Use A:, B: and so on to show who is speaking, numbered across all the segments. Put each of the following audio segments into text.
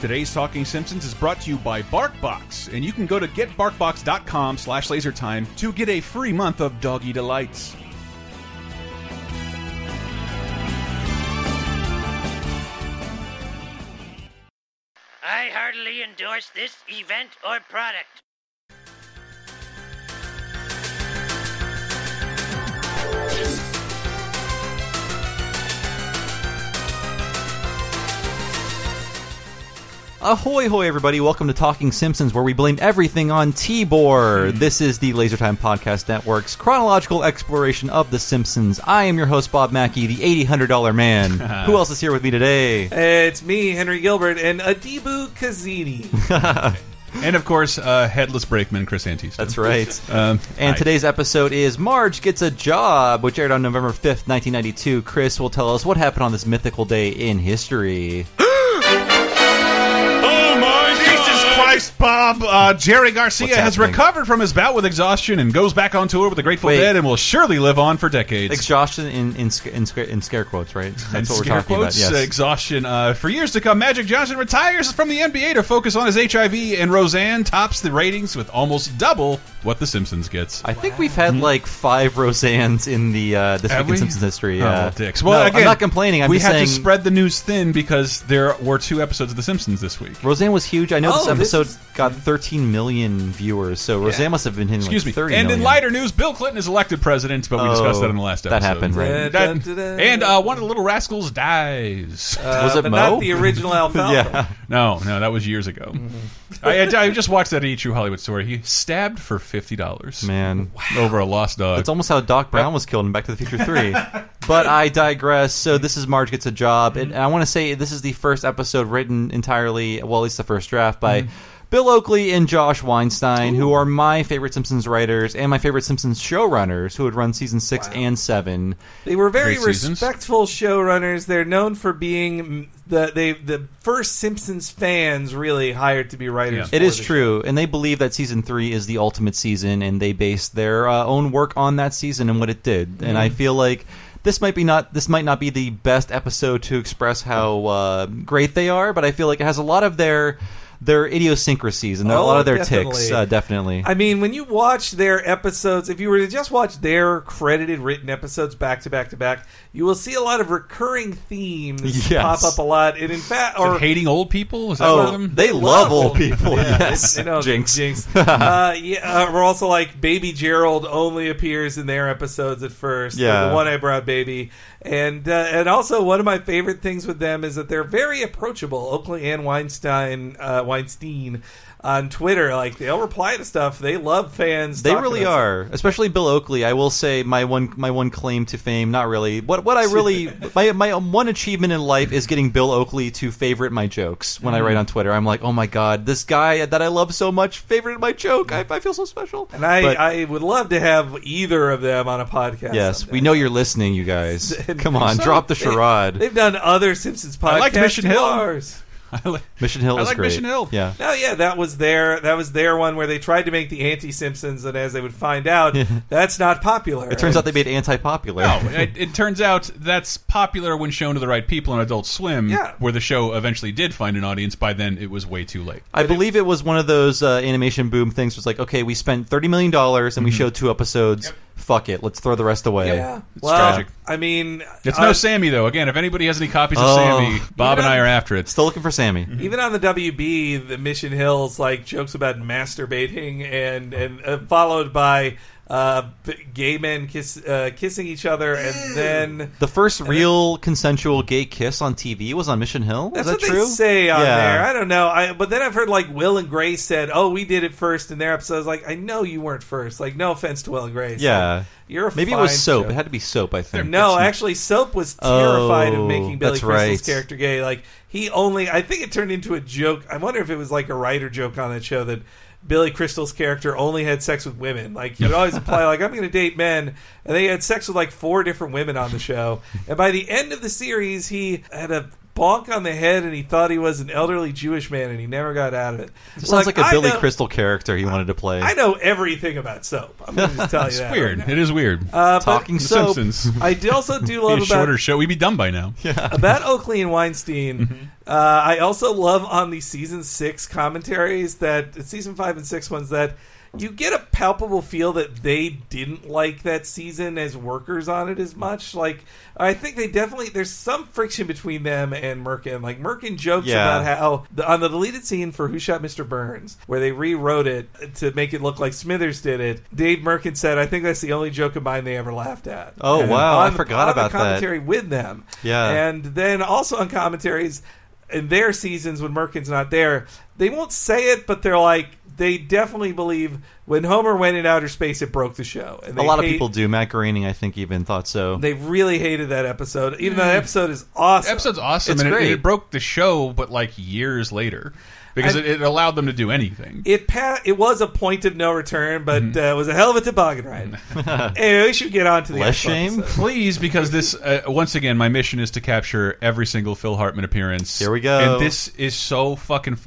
A: Today's Talking Simpsons is brought to you by BarkBox, and you can go to getbarkbox.com slash lasertime to get a free month of Doggy Delights.
B: I heartily endorse this event or product.
C: Ahoy, hoy, everybody. Welcome to Talking Simpsons, where we blame everything on T-Bor. This is the Lasertime Podcast Network's chronological exploration of The Simpsons. I am your host, Bob Mackey, the $800 man. Who else is here with me today?
D: It's me, Henry Gilbert, and Adibu Kazini.
A: And of course, uh, Headless Brakeman Chris Antista.
C: That's right.
A: Um,
C: And
A: hi.
C: today's episode is Marge Gets a Job, which aired on November 5th, 1992. Chris will tell us what happened on this mythical day in history.
A: Oh my Jesus Christ, Bob! Uh, Jerry Garcia
C: What's
A: has
C: happening?
A: recovered from his bout with exhaustion and goes back on tour with the Grateful
C: Wait.
A: Dead and will surely live on for decades.
C: Exhaustion in, in, sc- in, sc- in scare quotes, right? That's
A: And
C: what we're
A: scare
C: talking
A: quotes,
C: about,
A: uh,
C: yes.
A: exhaustion. Uh, for years to come, Magic Johnson retires from the NBA to focus on his HIV, and Roseanne tops the ratings with almost double what The Simpsons gets.
C: I think we've had like five Roseannes in the uh, this
A: Have
C: week in
A: we?
C: Simpsons history.
A: Oh,
C: yeah.
A: dicks.
C: No,
A: Well, again,
C: I'm not complaining. I'm
A: we
C: just
A: have
C: saying
A: to spread the news thin because there were two episodes of The Simpsons this week.
C: Roseanne was huge. I know this
D: Oh, this
C: episode
D: is-
C: got 13 million viewers, so Roseanne must have been hitting
A: Excuse
C: like
A: me.
C: 30
A: and in
C: million.
A: lighter news, Bill Clinton is elected president, but we discussed
C: Oh,
A: that in the last
C: that
A: episode.
C: happened, right.
A: And that- and uh, one of the Little Rascals dies.
C: Was it
D: Uh, but
C: Mo?
D: not the original Alfalfa.
C: yeah,
A: no, no, that was years ago. I, I, I just watched that E True Hollywood story. He stabbed for fifty dollars
C: man.
A: over a lost dog.
C: That's almost how Doc Brown was killed in Back to the Future 3. but I digress. So this is Marge Gets a Job. And I want to say this is the first episode written entirely, well, at least the first draft, by Bill Oakley and Josh Weinstein, who are my favorite Simpsons writers and my favorite Simpsons showrunners, who had run season six and seven.
D: They were very
A: Great seasons.
D: respectful showrunners. They're known for being the they the first Simpsons fans really hired to be writers.
A: Yeah.
D: for
C: It is
D: the
C: true, and they believe that season three is the ultimate season, and they based their uh, own work on that season and what it did. And I feel like this might be not this might not be the best episode to express how uh, great they are, but I feel like it has a lot of their their idiosyncrasies and a
D: Oh,
C: lot of their ticks,
D: definitely.
C: uh, definitely.
D: I mean, when you watch their episodes, if you were to just watch their credited written episodes back to back to back, you will see a lot of recurring themes
C: Yes.
D: pop up a lot. And in fact, or
A: hating old people. Is that one of
C: oh,
A: them?
C: they love old people. yes,
D: they- they know
C: jinx.
D: uh, yeah, uh, we're also like Baby Gerald only appears in their episodes at first.
C: Yeah.
D: the one eyebrow baby, and uh, and also one of my favorite things with them is that they're very approachable. Oakley and Weinstein, uh, Weinstein on Twitter, like they'll reply to stuff. They love fans.
C: They
D: talking
C: really
D: about
C: are, especially Bill Oakley. I will say my one my one claim to fame, not really. What what I really my my one achievement in life is getting Bill Oakley to favorite my jokes when I
A: Mm.
C: write on Twitter. I'm like, oh my god, this guy that I love so much favorite my joke. I, I feel so special.
D: And I,
C: But,
D: I would love to have either of them on a podcast.
C: yes,
D: someday.
C: we know you're listening, you guys. Come on, drop the charade.
D: They've done other Simpsons podcasts.
A: liked Mission
D: to
A: Hill.
D: ours.
C: Mission Hill
A: I
C: is
A: like
C: great.
A: Mission Hill.
C: Yeah.
D: No, Oh, yeah, that was their that was their one where they tried to make the anti Simpsons, and as they would find out, that's not popular.
C: It turns out they made anti-popular.
A: No, Oh, it, it turns out that's popular when shown to the right people on Adult Swim,
D: Yeah.
A: where the show eventually did find an audience. By then, it was way too late.
C: I believe it was one of those uh, animation boom things. Was like, okay, we spent thirty million dollars and we showed two episodes. Fuck it, let's throw the rest away.
D: Mm-hmm. yeah.
A: It's
D: well,
A: tragic.
D: I mean,
A: It's
D: uh,
A: no Sammy though. Again, if anybody has any copies of
C: Oh.
A: Sammy, Bob and I are after it.
C: Still looking for Sammy.
D: even on the WB, the Mission Hills like jokes about masturbating, and and uh, followed by. uh, b- gay men kiss uh, kissing each other, and then
C: The first real consensual gay kiss on TV was on Mission Hill.
D: that's
C: Is
D: what
C: that true?
D: they say on
C: Yeah.
D: there. I don't know. I, but then I've heard like Will and Grace said, "Oh, we did it first in their episode." I was like, "I know you weren't first. Like, no offense to Will and Grace.
C: Yeah.
D: Like, you're a
C: Maybe it was
D: fine
C: soap.
D: show.
C: It had to be soap, I think.
D: No, actually, Soap was terrified
C: Oh,
D: of making Billy
C: that's
D: Crystal's
C: right.
D: character gay. Like he only, I think it turned into a joke. I wonder if it was like a writer joke on that show that Billy Crystal's character only had sex with women. Like he would always imply, like I'm going to date men, and they had sex with like four different women on the show. and by the end of the series, he had a bonk on the head, and he thought he was an elderly Jewish man, and he never got out of it.
C: It sounds like, a
D: I
C: Billy
D: know-
C: Crystal character he wanted to play.
D: I know everything about Soap. I'm going to just tell you
A: It's
D: that.
A: weird. It is weird.
D: Uh, but
C: Talking
A: The
C: soap.
A: Simpsons.
D: I do also do
A: Be
D: love
A: a
D: about
A: shorter show. We'd be done by now.
D: about Oakley and Weinstein,
C: Mm-hmm.
D: uh, I also love on the season six commentaries that season five and six ones that you get a palpable feel that they didn't like that season as workers on it as much. Like I think they definitely there's some friction between them and Merkin. Like Merkin jokes
C: Yeah.
D: about how the, on the deleted scene for Who Shot Mr. Burns, where they rewrote it to make it look like Smithers did it. Dave Merkin said, "I think that's the only joke of mine they ever laughed at."
C: Oh,
D: And
C: wow. I
D: on the-
C: forgot
D: on the
C: about that.
D: commentary with them.
C: Yeah.
D: And then also on commentaries in their seasons when Merkin's not there, they won't say it, but they're like they definitely believe when Homer went in outer space, it broke the show. And
C: a
D: they
C: lot of
D: hate-
C: people do. Matt Groening, I think, even thought so.
D: They really hated that episode, even though that episode is awesome.
A: The Mm. episode's awesome.
C: It's
A: and it-
C: great.
A: It, broke the show, but like years later, because
D: I-
A: it, it allowed them to do anything.
D: it pa- it was a point of no return, but
A: Mm-hmm.
D: uh, it was a hell of a toboggan ride. anyway, we should get on to the
C: Less
D: actual
C: shame.
D: episode.
A: Please, because this uh, once again, my mission is to capture every single Phil Hartman appearance.
C: Here we go.
A: And this is so fucking funny.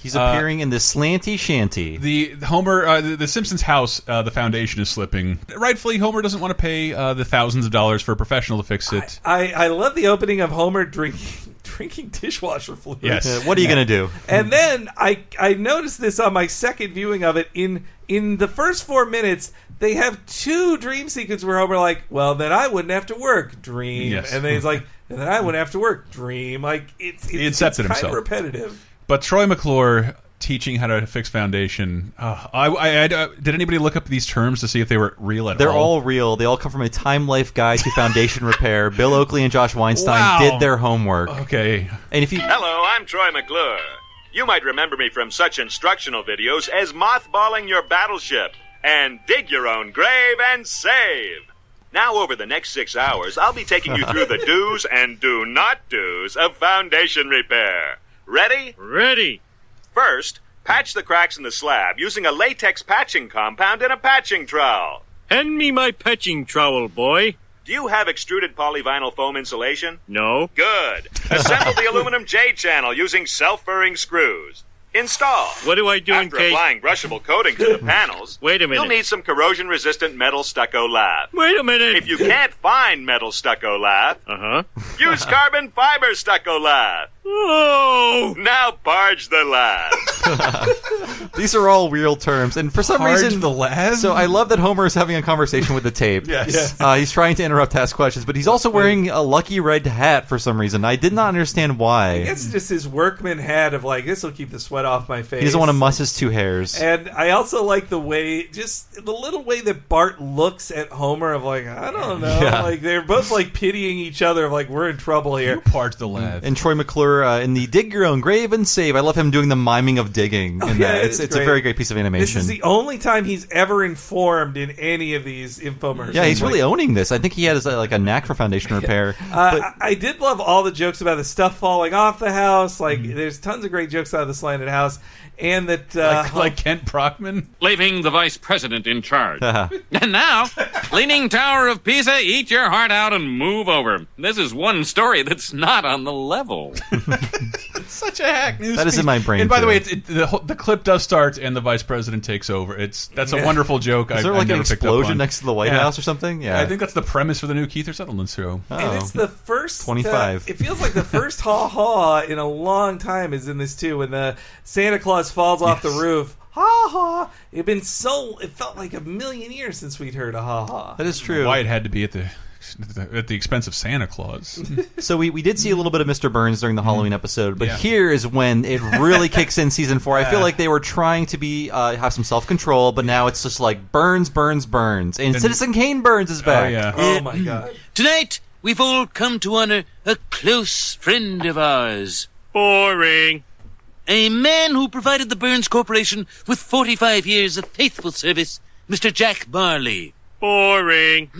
C: He's
A: Uh,
C: appearing in this slanty shanty.
A: The Homer, uh, the, the Simpsons house, uh, the foundation is slipping. Rightfully, Homer doesn't want to pay uh, the thousands of dollars for a professional to fix it.
D: I, I love the opening of Homer drinking drinking dishwasher fluid.
A: Yes.
C: Uh, what are you going to do?
D: And then I I noticed this on my second viewing of it. In in the first four minutes, they have two dream sequences where Homer like, well, then I wouldn't have to work, dream,
A: Yes.
D: and then he's like, and then I wouldn't have to work, dream. Like it's it's,
A: He
D: it's
A: incepted
D: kind
A: himself.
D: of repetitive.
A: But Troy McClure teaching how to fix foundation. Uh, I, I, I- did anybody look up these terms to see if they were real at
C: They're
A: all?
C: all real. They all come from a Time Life Guide to Foundation Repair. Bill Oakley and Josh Weinstein
A: Wow.
C: did their homework.
A: okay.
C: And if you
E: Hello, I'm Troy McClure. You might remember me from such instructional videos as Mothballing Your Battleship and Dig Your Own Grave and Save. Now, over the next six hours, I'll be taking you through the do's and do not do's of foundation repair. Ready?
B: Ready.
E: First, patch the cracks in the slab using a latex patching compound and a patching trowel.
B: Hand me my patching trowel, boy.
E: Do you have extruded polyvinyl foam insulation?
B: No.
E: Good. Assemble the aluminum J channel using self furring screws. Install.
B: What do I do in
E: After
B: case?
E: applying brushable coating to the panels,
B: Wait a minute.
E: You'll need some corrosion resistant metal stucco lath.
B: Wait a minute.
E: If you can't find metal stucco lath,
B: Uh huh.
E: use carbon fiber stucco lath.
B: Oh.
E: Now barge the lath.
C: these are all real terms, and for some
A: Barge
C: reason,
A: the lath?
C: So I love that Homer is having a conversation with the tape.
A: Yes. Yeah.
C: uh, he's trying to interrupt, ask questions, but he's also wearing a lucky red hat for some reason. I did not understand why.
D: It's just his workman hat of like this will keep the sweat off my face.
C: He doesn't want to muss his two hairs.
D: And I also like the way, just the little way that Bart looks at Homer of like, I don't know,
C: Yeah.
D: like they're both like pitying each other of like we're in trouble here.
A: Part the lab.
C: And Troy McClure uh, in the dig your own grave and save. I love him doing the miming of digging. In that.
D: Oh, yeah,
C: it's
D: it's
C: it's, a
D: great.
C: very great piece of
D: This
C: animation.
D: is the only time he's ever informed in any of these infomercials.
C: yeah, he's
D: Like,
C: really owning this. I think he has uh, like a knack for foundation repair.
D: Uh,
C: but
D: I I did love all the jokes about the stuff falling off the house. Like,
C: Mm-hmm.
D: there's tons of great jokes out of the slanted house, and that uh,
A: like, like Kent Brockman.
F: leaving the vice president in charge. and now, Leaning Tower of Pisa, eat your heart out and move over. This is one story that's not on the level.
A: Such a hack news.
C: That is
A: feed.
C: in my brain,
A: And by the
C: too.
A: way, it, it, the, whole- the clip does start, and the vice president takes over. It's that's a wonderful joke.
C: is there
A: I, I
C: like an
A: never picked up
C: explosion
A: on.
C: next to the White
A: Yeah.
C: House or something? Yeah,
A: I think that's the premise for the new Keith or Sutherland show.
D: And
C: Oh.
D: it's the first
C: 25.
D: uh, it feels like the first haw haw in a long time is in this too. When the Santa Claus falls off the roof, ha ha! It had been so. It felt like a million years since we'd heard a ha ha.
C: that is true.
A: Why it had to be at the at the expense of Santa Claus.
C: So we, we did see a little bit of Mr. Burns during the Halloween episode, but
A: Yeah.
C: here is when it really kicks in season four. I feel like they were trying to be uh, have some self control, but now it's just like Burns, Burns, Burns, and Citizen Kane Burns is
A: Oh
C: back.
A: yeah.
D: Oh my god.
B: Tonight, we've all come to honor a close friend of ours. Boring. A man who provided the Burns Corporation with 45 years of faithful service, Mr. Jack Barley. Boring.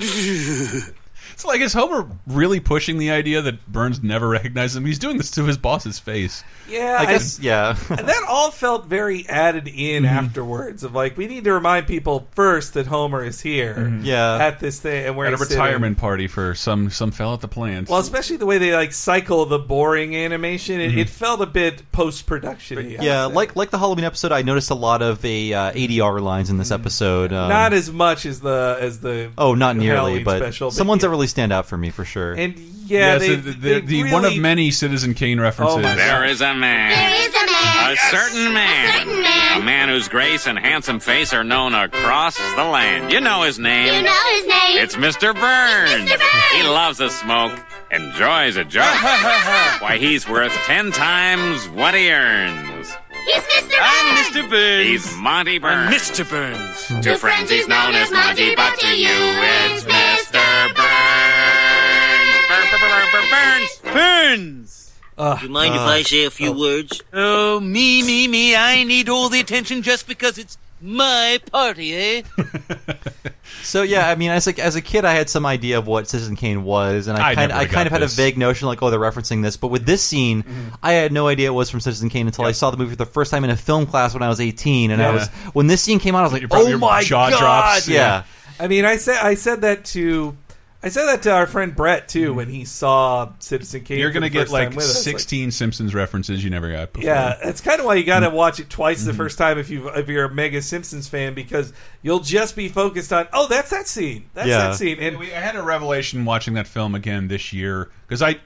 A: It's like is Homer really pushing the idea that Burns never recognized him? He's doing this to his boss's face.
D: Yeah,
C: I guess yeah.
D: And that all felt very added
A: Mm-hmm.
D: in afterwards of like we need to remind people first that Homer is here
C: Yeah.
D: at this thing and we're
A: Mm-hmm. At a
D: sitting.
A: retirement party for some some fell at the plant.
D: Well, especially the way they like cycle the boring animation, it,
A: Mm-hmm.
D: it felt a bit post production.
C: Yeah, like like the Halloween episode, I noticed a lot of a uh, ADR lines in this episode. Um,
D: not as much as the as the
C: oh, not nearly,
D: Halloween
C: but
D: special,
C: some ones
D: yeah.
C: that really stand out for me for sure.
D: and yeah,
A: yeah,
D: they,
A: so the, the,
D: they
A: the one of
D: really-
A: many Citizen Kane references.
D: Oh, my
F: There is a
G: There
F: man.
G: is a man.
F: A certain man.
G: A certain man.
F: A man whose grace and handsome face are known across the land. You know his name.
G: You know his name.
F: It's Mr. Burns.
G: Mr. Burns.
F: He loves a smoke, enjoys a joke. Why, he's worth ten times what he earns.
G: He's Mr. Man.
B: Burns.
F: He's Monty Burns.
B: Mr. Burns.
F: To friends he's known as Monty, but to you it's Mr. Burns. Burns. Burns.
B: You mind
F: Uh,
B: if I say a few words? Oh, me, me, me. I need all the attention just because it's my party, eh?
C: So yeah, I mean, as a, as a kid, I had some idea of what Citizen Kane was, and I
A: I
C: kind
A: never
C: I
A: got
C: kind of had
A: this.
C: a vague notion like, oh, they're referencing this. But with this scene,
D: Mm-hmm.
C: I had no idea it was from Citizen Kane until I saw the movie for the first time in a film class when I was eighteen, and I
A: Yeah.
C: was when this scene came out, I was like,
A: Your-
C: oh
A: your
C: my
A: jaw
C: god,
A: drops,
C: yeah.
A: yeah.
D: I mean, I said I said that to. I said that to our friend Brett too when he saw Citizen Kane.
A: Mm-hmm. You're
D: going to
A: gonna get like
D: with us. Like,
A: 16 Simpsons references you never got before.
D: Yeah, that's kind of why you got
A: Mm-hmm.
D: to watch it twice the first time if you if you're a mega Simpsons fan because you'll just be focused on oh that's that scene that's
C: Yeah.
D: that scene and
A: We, I had a revelation watching that film again this year because I,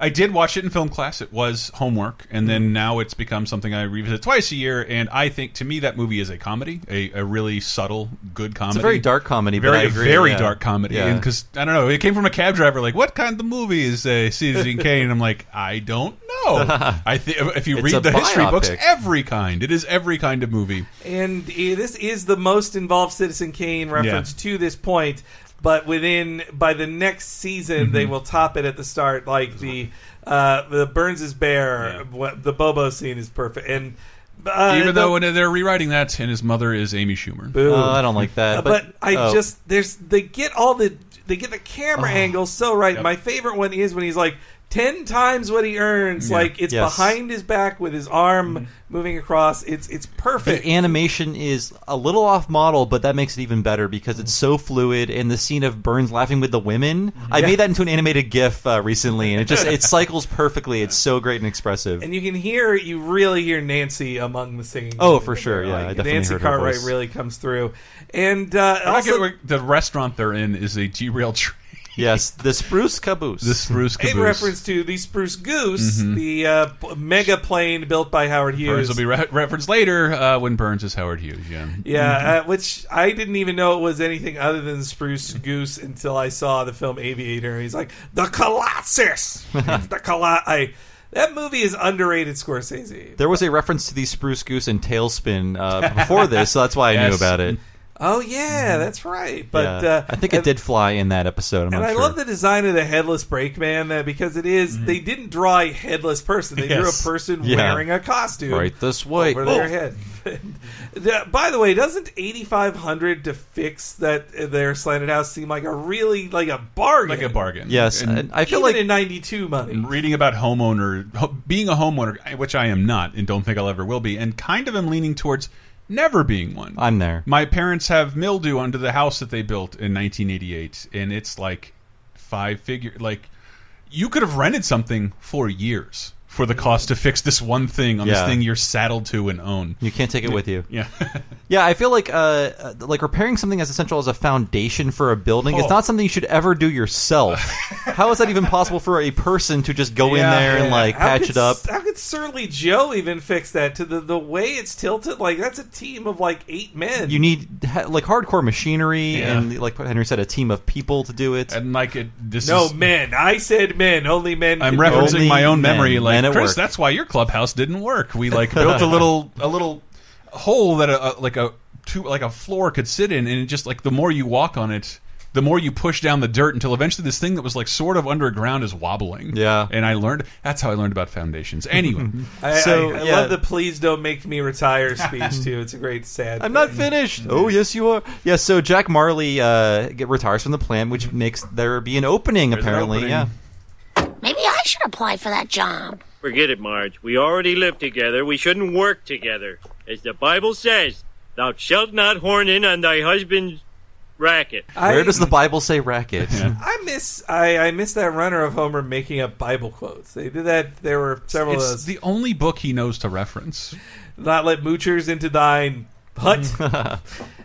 A: I did watch it in film class. It was homework, and
C: Mm-hmm.
A: then now it's become something I revisit twice a year. And I think to me that movie is a comedy, a, a really subtle, good comedy.
C: It's a very dark comedy, but
A: Very,
C: I agree,
A: very
C: yeah.
A: dark comedy,
C: Yeah.
A: because I don't know, it came from a cab driver. Like, what kind of movie is uh, Citizen Kane? And I'm like, I don't know. I think if you
C: It's a
A: read the history books,
C: biopic.
A: every kind, it is every kind of movie.
D: and eh, this is the most involved Citizen Kane reference to this point but within by the next season they
A: Mm-hmm.
D: will top it at the start like the uh, the Burns' bear
A: Yeah.
D: what, the Bobo scene is perfect and uh,
A: Even though
D: the-
A: when they're rewriting that, and his mother is Amy Schumer.
D: Boo.
C: Oh, I don't like that.
D: Uh, but, I
C: oh. Ah.
D: just there's they get all the they get the camera angles so right.
A: Yep.
D: My favorite one is when he's like ten times what he earns,
A: Yeah.
D: like it's
C: Yes.
D: behind his back with his arm
A: Mm-hmm.
D: moving across. It's it's perfect.
C: The animation is a little off model, but that makes it even better because it's so fluid. And the scene of Burns laughing with the women, I made that into an animated GIF uh, recently, and it just it cycles perfectly. It's so great and expressive.
D: and you can hear you really hear Nancy among the singing.
C: Oh, for sure, yeah, I definitely
D: Nancy
C: heard her
D: Cartwright
C: voice.
D: really comes through, and uh,
A: I like it
D: also
A: where the restaurant they're in is a G-rail train.
C: yes, the spruce caboose. Mm-hmm.
A: The spruce
D: in
A: caboose.
D: reference to the Spruce Goose, the uh, p- mega plane built by Howard
A: Burns
D: Hughes.
A: will be re- referenced later uh, when Burns is Howard Hughes. Yeah.
C: Mm-hmm.
D: Yeah, uh, which I didn't even know it was anything other than Spruce Goose until I saw the film Aviator. He's like the Colossus, It's the Col- I That movie is underrated, Scorsese.
C: There was a reference to the spruce goose and tailspin uh, before this, so that's why I knew
A: Yes.
C: about it.
D: Oh yeah, that's right. But
C: Mm-hmm. Yeah.
D: uh,
C: I think it
D: and-
C: did fly in that episode. I'm not
D: And I
C: sure. Mm-hmm.
D: love the design of the headless brakeman uh, because it is- they didn't draw a headless person. They drew
A: Yes.
D: a person
C: Yeah.
D: wearing a costume.
C: Right this way.
D: over
C: Oh.
D: their head. The- By the way, doesn't eighty five hundred to fix that uh, their slanted house seem like a really like a bargain?
A: Like a bargain.
C: Yes,
A: And
C: and I feel
D: Even
C: like
D: in ninety two money.
A: reading about homeowner, ho- being a homeowner, which I am not and don't think I'll ever will be, and kind of am leaning towards never being one.
C: I'm there.
A: My parents have mildew under the house that they built in 1988, and it's like five figure. Like you could have rented something for years for the cost to fix this one thing on this
C: Yeah.
A: thing you're saddled to and own.
C: you can't take it with you.
A: Yeah.
C: Yeah, I feel like uh, uh, like repairing something as essential as a foundation for a building
A: Oh.
C: is not something you should ever do yourself. How is that even possible for a person to just go in
A: Yeah,
C: there and
A: yeah.
C: like
D: How
C: patch
D: could
C: it up?
D: s- How could did Surly Joe even fix that to the the way it's tilted? Like that's a team of like eight men.
C: You need ha- like hardcore machinery
A: Yeah.
C: and like Henry said, a team of people to do it.
A: And like it, this
D: no
A: is.
D: men. I said men. Only men.
A: I'm
D: can
A: referencing
C: Only
A: my own
C: men.
A: memory. Like
C: Men at
A: Chris,
C: work.
A: that's why your clubhouse didn't work. We like built a little a little hole that a, a- like a two like a floor could sit in, and it just like the more you walk on it, the more you push down the dirt until eventually this thing that was like sort of underground is wobbling.
C: Yeah.
A: and I learned that's how I learned about foundations. Anyway,
D: I,
C: So,
D: I, I
C: yeah.
D: love the "Please don't make me retire" speech too. It's a great sad.
C: I'm not
A: Mm.
C: finished. Oh yes, you are. Yes. so Jack Marley uh, get, retires from the plan, which makes there be an opening.
A: Mm-hmm. an
C: apparently,
A: opening.
C: yeah.
H: Maybe I should apply for that job.
I: Forget it, Marge. We already live together. We shouldn't work together. As the Bible says, thou shalt not horn in on thy husband's racket.
D: I,
C: Where does the Bible say racket?
D: I miss I, I miss that runner of Homer making up Bible quotes. They did that. There were several of
A: it's
D: those.
A: the only book he knows to reference.
D: not let moochers into thine hut.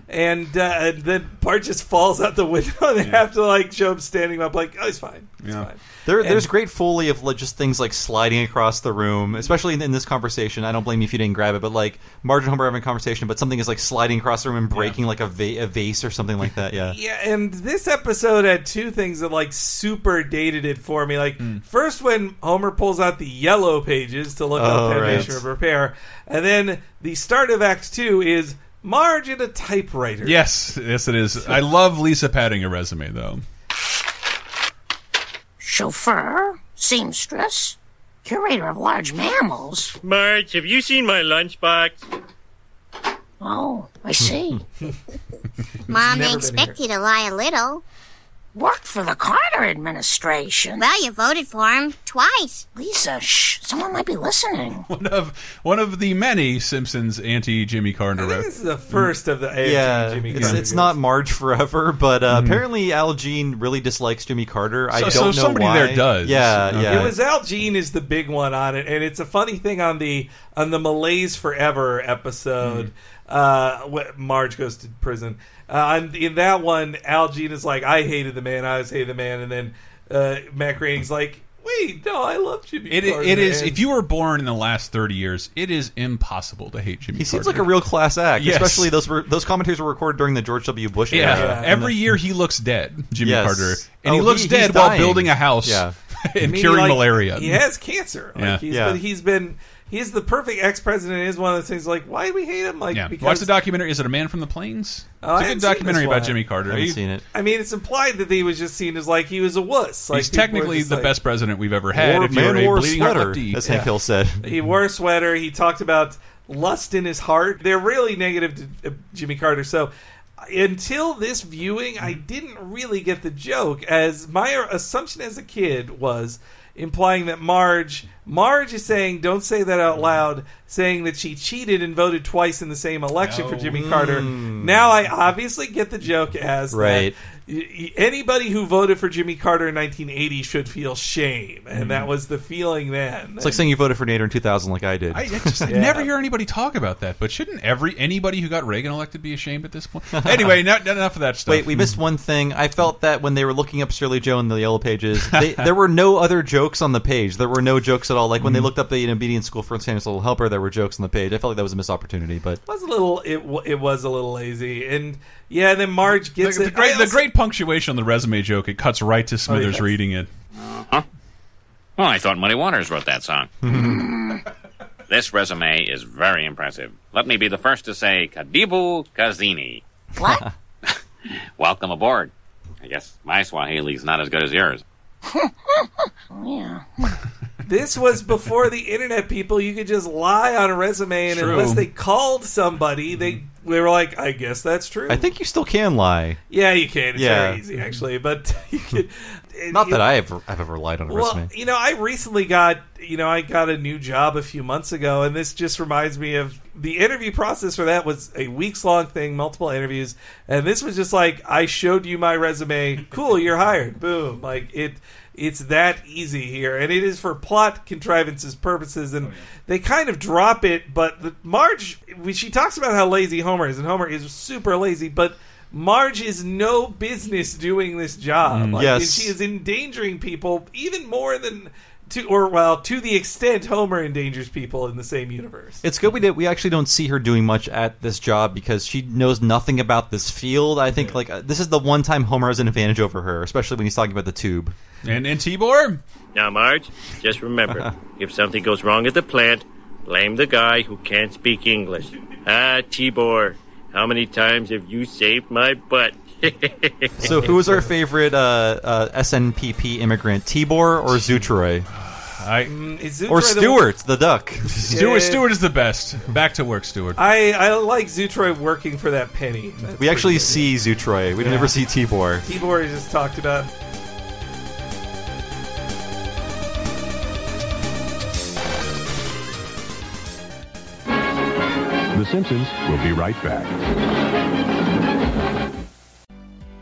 D: and uh, then Bart just falls out the window. and They have to like show him standing up, like, oh, he's fine. He's
A: Yeah.
D: fine.
C: There,
D: And-
C: there's great foley of like, just things like sliding across the room, especially in, in this conversation. I don't blame you if you didn't grab it, but like Marge and Homer having a conversation, but something is like sliding across the room and breaking like a, va- a vase or something like that. Yeah.
D: Yeah, and this episode had two things that like super dated it for me. Like
C: Hmm.
D: first, when Homer pulls out the yellow pages to look
C: Oh,
D: up
C: right.
D: Foundation of Repair, and then the start of Act Two is Marge and a typewriter.
A: Yes, yes, it is. I love Lisa padding a resume though.
H: Chauffeur, seamstress, curator of large mammals.
I: Marge, have you seen my lunchbox?
H: Oh, I see.
G: Mom, they
D: never been
G: expect you to lie a little.
H: Worked for the Carter administration.
G: Well, you voted for him twice.
H: Lisa, shh, someone might be listening.
A: One of one of the many Simpsons anti Jimmy Carter.
D: I think this is the first of the AFC
C: Yeah,
D: Jimmy
C: it's,
D: Carter
C: it's
D: videos.
C: not Marge forever, but uh, apparently Al Jean really dislikes Jimmy Carter. I
A: Mm-hmm. So-
C: don't
A: so
C: know
A: somebody
C: why.
A: there does.
C: Yeah,
A: Okay.
C: yeah.
D: It was Al Jean is the big one on it, and it's a funny thing on the on the Malays Forever episode. Uh,
A: Mm-hmm.
D: wh- Marge goes to prison. Uh, on, in that one, Al Jean is like, "I hated the man, I always hated the man," and then uh, Matt Groening's like, "Wait, no, I love Jimmy."
A: It,
D: Carter,
A: it is.
D: and-
A: If you were born in the last thirty years, it is impossible to hate Jimmy.
C: he seems like
A: Carter.
C: a real class act,
A: Yes.
C: especially those were, those commentaries were recorded during the George W. Bush
A: yeah.
C: era.
A: Every year he looks dead, Jimmy
C: Yes.
A: Carter, and he
C: Oh,
A: looks
C: he- he's
A: dead while
C: dying.
A: building a house
C: Yeah.
A: and
D: I mean,
A: curing
D: like,
A: malaria.
D: He has cancer. Like,
A: Yeah.
D: he's,
C: Yeah.
D: But he's been. He's the perfect ex-president. It Is one of those things like why do we hate him? Like
A: Yeah.
D: because
A: Watch the documentary. Is it a man from the plains?
D: Oh, I
A: it's a
D: haven't
A: good
D: seen this
A: documentary about
D: one.
A: Jimmy Carter.
C: I haven't
A: He-
C: seen it.
D: I mean, it's implied that he was just seen as like he was a wuss. Like
A: He's
D: people were
A: technically
D: just
A: the
D: like-
A: best president we've ever had.
C: Or
A: if
C: man
A: you're a
C: wore a
A: bleeding heart
C: sweater,
A: lefty.
C: as Hank Hill said.
D: He wore a sweater. He talked about lust in his heart. They're really negative to uh, Jimmy Carter. So until this viewing, I didn't really get the joke. As my assumption as a kid was implying that Marge, Marge is saying, "Don't say that out loud," saying that she cheated and voted twice in the same election for
A: Oh.
D: Jimmy Carter. Now I obviously get the joke as that
C: Right.
D: y- y- Anybody who voted for Jimmy Carter in 1980 should feel shame, and that was the feeling then.
C: It's like saying you voted for Nader in 2000, like I did.
A: I, I just I never hear anybody talk about that. But shouldn't every anybody who got Reagan elected be ashamed at this point? Anyway, not, not enough of that stuff.
C: Wait, we missed one thing. I felt that when they were looking up Shirley Joe in the yellow pages, they, there were no other jokes on the page. There were no jokes at all. Like when they looked up the obedience school for Santa's Little Helper, there were jokes on the page. I felt like that was a missed opportunity, but
D: was a little it, wa- it was a little lazy and yeah then marge
A: the,
D: gets
A: the
D: it
A: great,
D: I
A: the
D: also-
A: great punctuation on the resume joke. It cuts right to Smithers
D: yes.
A: reading it.
F: Well, I thought Muddy Waters wrote that song. this resume is very impressive. Let me be the first to say, Kadibu Kazini.
H: What?
F: Welcome aboard. I guess my Swahili's not as good as yours.
H: yeah.
D: this was before the internet people you could just lie on a resume and
A: True. Mm-hmm.
D: unless they called somebody they we were like i guess that's true
C: I think you still can lie.
D: yeah you can it's
C: Yeah. Hmm.
D: very easy actually but you could
C: Not that I have, I've ever lied on a
D: well
C: resume.
D: you know i recently got you know i got a new job a few months ago and this just reminds me of the interview process for that was a weeks long thing multiple interviews and this was just like i showed you my resume cool you're hired boom like it it's that easy here and it is for plot contrivances purposes and they kind of drop it but the, marge when she talks about how lazy homer is and homer is super lazy but Marge is no business doing this job. Like,
C: Yes.
D: she is is endangering people even more than to or well to the extent Homer endangers people in the same universe.
C: It's good we did. We actually don't see her doing much at this job because she knows nothing about this field. I think like uh, this is the one time Homer has an advantage over her, especially when he's talking about the tube.
A: And and Tibor,
I: Now, Marge, just remember if something goes wrong at the plant, blame the guy who can't speak English. Ah, Tibor, how many times have you saved my butt?
C: So who is our favorite uh, uh, SNPP immigrant, Tibor or Zutroy
A: I
D: Is
C: or
D: Zutroy the one-
C: Stewart the, duck?
A: Stewart Stewart is the best. Back to work, Stewart.
D: I I like Zutroy working for that penny. That's
C: We actually see Zutroy. We never see Tibor.
D: Tibor has just talked about.
J: The Simpsons will be right back.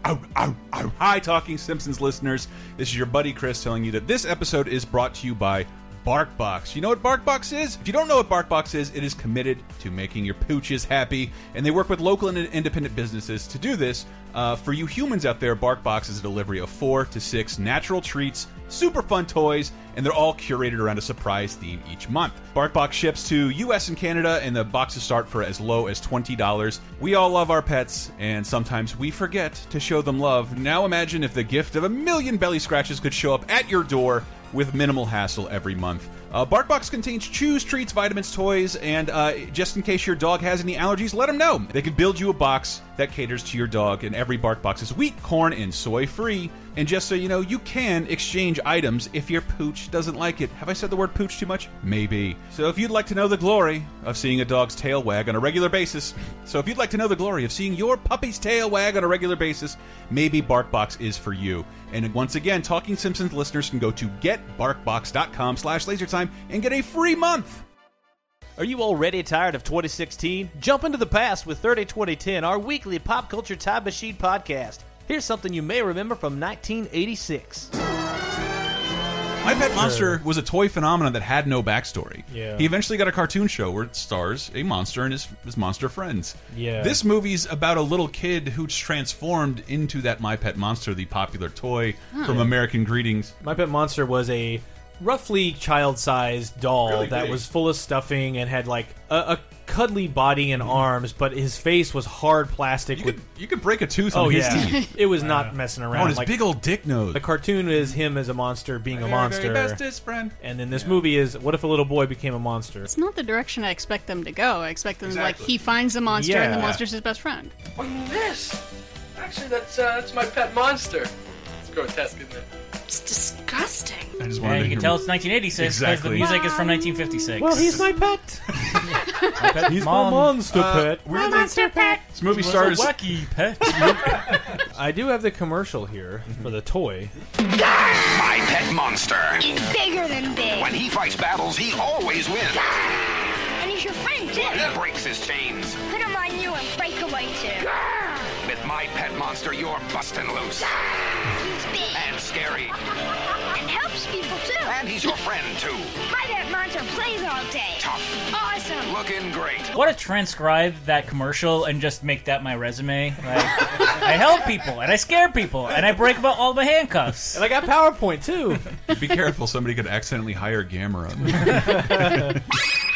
A: Ow, ow, ow. Hi, Talking Simpsons listeners. This is your buddy Chris telling you that this episode is brought to you by BarkBox. You know what BarkBox is? If you don't know what BarkBox is, it is committed to making your pooches happy, and they work with local and independent businesses to do this. Uh, for you humans out there, BarkBox is a delivery of four to six natural treats, super fun toys, and they're all curated around a surprise theme each month. BarkBox ships to U.S. and Canada, and the boxes start for as low as twenty dollars. We all love our pets, and sometimes we forget to show them love. Now imagine if the gift of a million belly scratches could show up at your door with minimal hassle every month. Uh, BarkBox contains chews, treats, vitamins, toys, and uh, just in case your dog has any allergies, let them know. They can build you a box that caters to your dog, and every BarkBox is wheat, corn, and soy free. And just so you know, you can exchange items if your pooch doesn't like it. Have I said the word pooch too much? Maybe. So if you'd like to know the glory of seeing a dog's tail wag on a regular basis, so if you'd like to know the glory of seeing your puppy's tail wag on a regular basis, maybe BarkBox is for you. And once again, Talking Simpsons listeners can go to getbarkbox.com slash lasertime and get a free month.
K: Are you already tired of 2016? Jump into the past with 30 2010, our weekly pop culture time machine podcast. Here's something you may remember from 1986.
A: My Pet Monster was a toy phenomenon that had no backstory.
K: Yeah.
A: He eventually got a cartoon show where it stars a monster and his, his monster friends.
K: Yeah.
A: This movie's about a little kid who's transformed into that My Pet Monster, the popular toy from American Greetings.
L: My Pet Monster was a roughly child-sized doll
A: Really
L: that
A: big.
L: was full of stuffing and had like a, a cuddly body and arms, but his face was hard plastic. with
A: Mm-hmm. You could break a tooth
L: oh
A: on his
L: yeah,
A: teeth.
L: it was not messing around.
A: On his
L: Like,
A: big old dick nose.
L: the cartoon is him as a monster being a
A: Very, very
L: monster,
A: bestest friend.
L: and then this movie is what if a little boy became a monster?
M: It's not the direction I expect them to go. I expect them to
L: Exactly.
M: like he finds the monster and the
L: Yeah.
M: monster's his best friend.
N: This? Actually, that's uh, that's my pet monster. It's grotesque, isn't it?
O: It's disgusting.
A: I just
P: Yeah, you can tell it's 1986 because
A: Exactly.
P: the music is from 1956.
L: Well, he's my pet.
P: pet
L: he's
P: mom.
L: my monster
P: Uh,
L: pet.
P: My monster pet.
A: This movie
L: Was a
A: stars-
L: wacky pet. I do have the commercial here for the toy.
J: My pet monster.
G: He's bigger than big.
J: When he fights battles, he always wins.
G: And he's your friend, too.
J: He breaks his chains.
G: Put him on you and break away, too.
J: With my pet monster, you're busting loose.
G: He's big.
J: And scary.
G: And helps people, too.
J: And he's your friend, too.
G: My pet monster plays all day. Tough. Awesome.
J: Looking great.
P: What to transcribe that commercial and just make that my resume. Like, I help people and I scare people and I break about all my handcuffs. And
L: I got PowerPoint too.
A: Be careful, somebody could accidentally hire Gamera.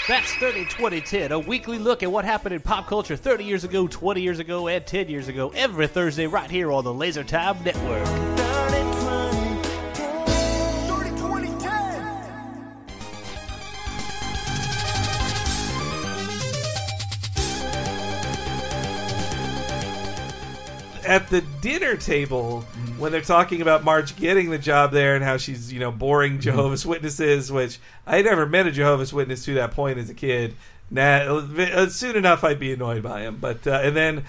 K: That's 30 2010, a weekly look at what happened in pop culture 30 years ago, 20 years ago, and 10 years ago, every Thursday right here on the Laser Time Network.
D: at the dinner table when they're talking about Marge getting the job there and how she's you know
A: Mm-hmm.
D: boring Jehovah's Witnesses, which I never met a Jehovah's Witness to that point as a kid. Nah, uh, soon enough I'd be annoyed by him. But uh, and then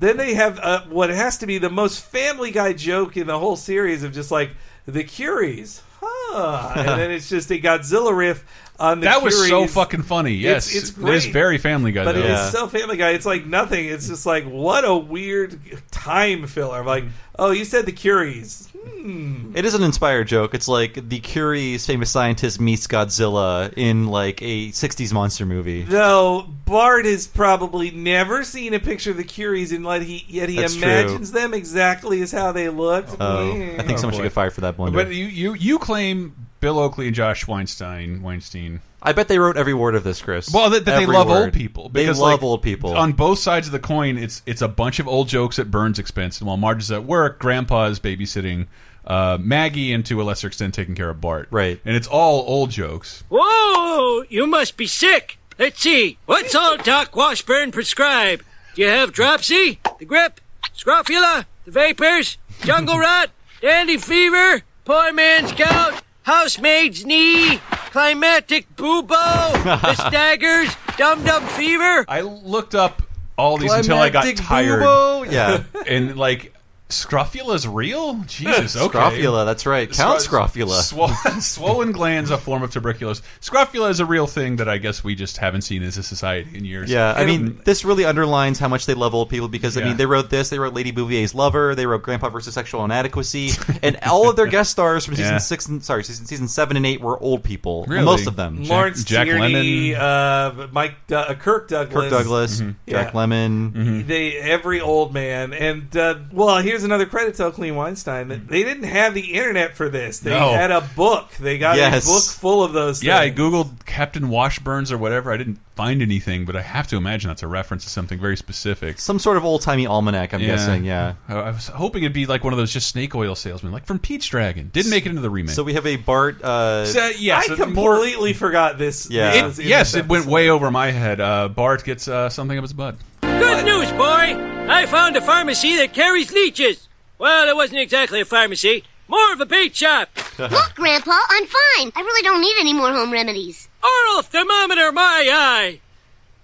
D: then they have uh, what has to be the most Family Guy joke in the whole series of just like the Curies, huh? and then it's just a Godzilla riff on the
A: that was so
D: Curies.
A: fucking funny. Yes,
D: It's- it's
A: it is
D: great.
A: very Family Guy.
D: But
A: though.
D: it is so Family Guy. It's like nothing. It's just like what a weird time filler. Like, oh, you said the Curies. Hmm.
C: It is an inspired joke. It's like the Curie's famous scientist meets Godzilla in like a '60s monster movie.
D: Though Bart has probably never seen a picture of the Curies, and let he yet he
C: That's true.
D: imagines them exactly as how they looked.
C: Oh, I think
A: Oh,
C: someone
A: boy.
C: should get fired for that blunder.
A: But you, you you claim Bill Oakley and Josh Weinstein. Weinstein.
C: I bet they wrote every word of this, Chris.
A: Well, that, that they
C: Every
A: love
C: word.
A: old people.
C: They
A: because,
C: love
A: like,
C: old people.
A: On both sides of the coin, it's it's a bunch of old jokes at Burns' expense. And while Marge is at work, Grandpa is babysitting uh, Maggie and to a lesser extent taking care of Bart. Right. And it's all old jokes.
I: Whoa! You must be sick. Let's see. What's all Doc Washburn prescribe? Do you have dropsy? The grip? Scrofula? The vapors? Jungle rot? Dandy fever? Poor man's gout? Housemaid's knee? Climatic bubo? The staggers? Dum dum fever?
A: I looked up all these until I got
I: Climactic
A: tired.
I: bubo?
C: Yeah.
A: and like scrofula's real? Jesus, okay.
C: Scrofula, that's right. Count Scrofula.
A: Swollen, swollen glands, a form of tuberculosis. Scrofula is a real thing that I guess we just haven't seen as a society in years.
C: Yeah, I mean, this really underlines how much they love old people because I
A: Yeah.
C: mean, they wrote this, they wrote Lady Bouvier's Lover, they wrote Grandpa versus Sexual Inadequacy, and all of their guest stars from season
A: Yeah.
C: six and sorry, season season seven and eight were old people.
A: Really?
C: Most of them.
D: Lawrence Tierney, uh, Mike Du- uh, Kirk Douglas,
C: Kirk Douglas,
D: Yeah. Mm-hmm.
C: Jack Lemon.
D: They every old man and uh, well, here's another credit to Oakley Weinstein. They didn't have the internet for this. They
A: No.
D: had a book. They got
A: Yes.
D: a book full of those.
A: Yeah, I
D: things.
A: googled Captain Washburn's or whatever. I didn't find anything, but I have to imagine that's a reference to something very specific.
C: Some sort of old timey almanac, I'm guessing, yeah.
A: I I was hoping it'd be like one of those just snake oil salesmen, like from Peach Dragon. Didn't make it into the remake.
C: So we have a Bart. Uh,
A: So, yeah,
D: I
A: so more-
D: completely forgot this.
A: It-
D: this was in
A: yes,
D: this
A: it went way over my head. Uh, Bart gets uh, something up his butt.
I: Good news, boy! I found a pharmacy that carries leeches. Well, it wasn't exactly a pharmacy, more of a bait shop.
B: Uh-huh.
Q: Look, Grandpa, I'm fine. I really don't need any more home remedies.
I: Oral thermometer, my eye.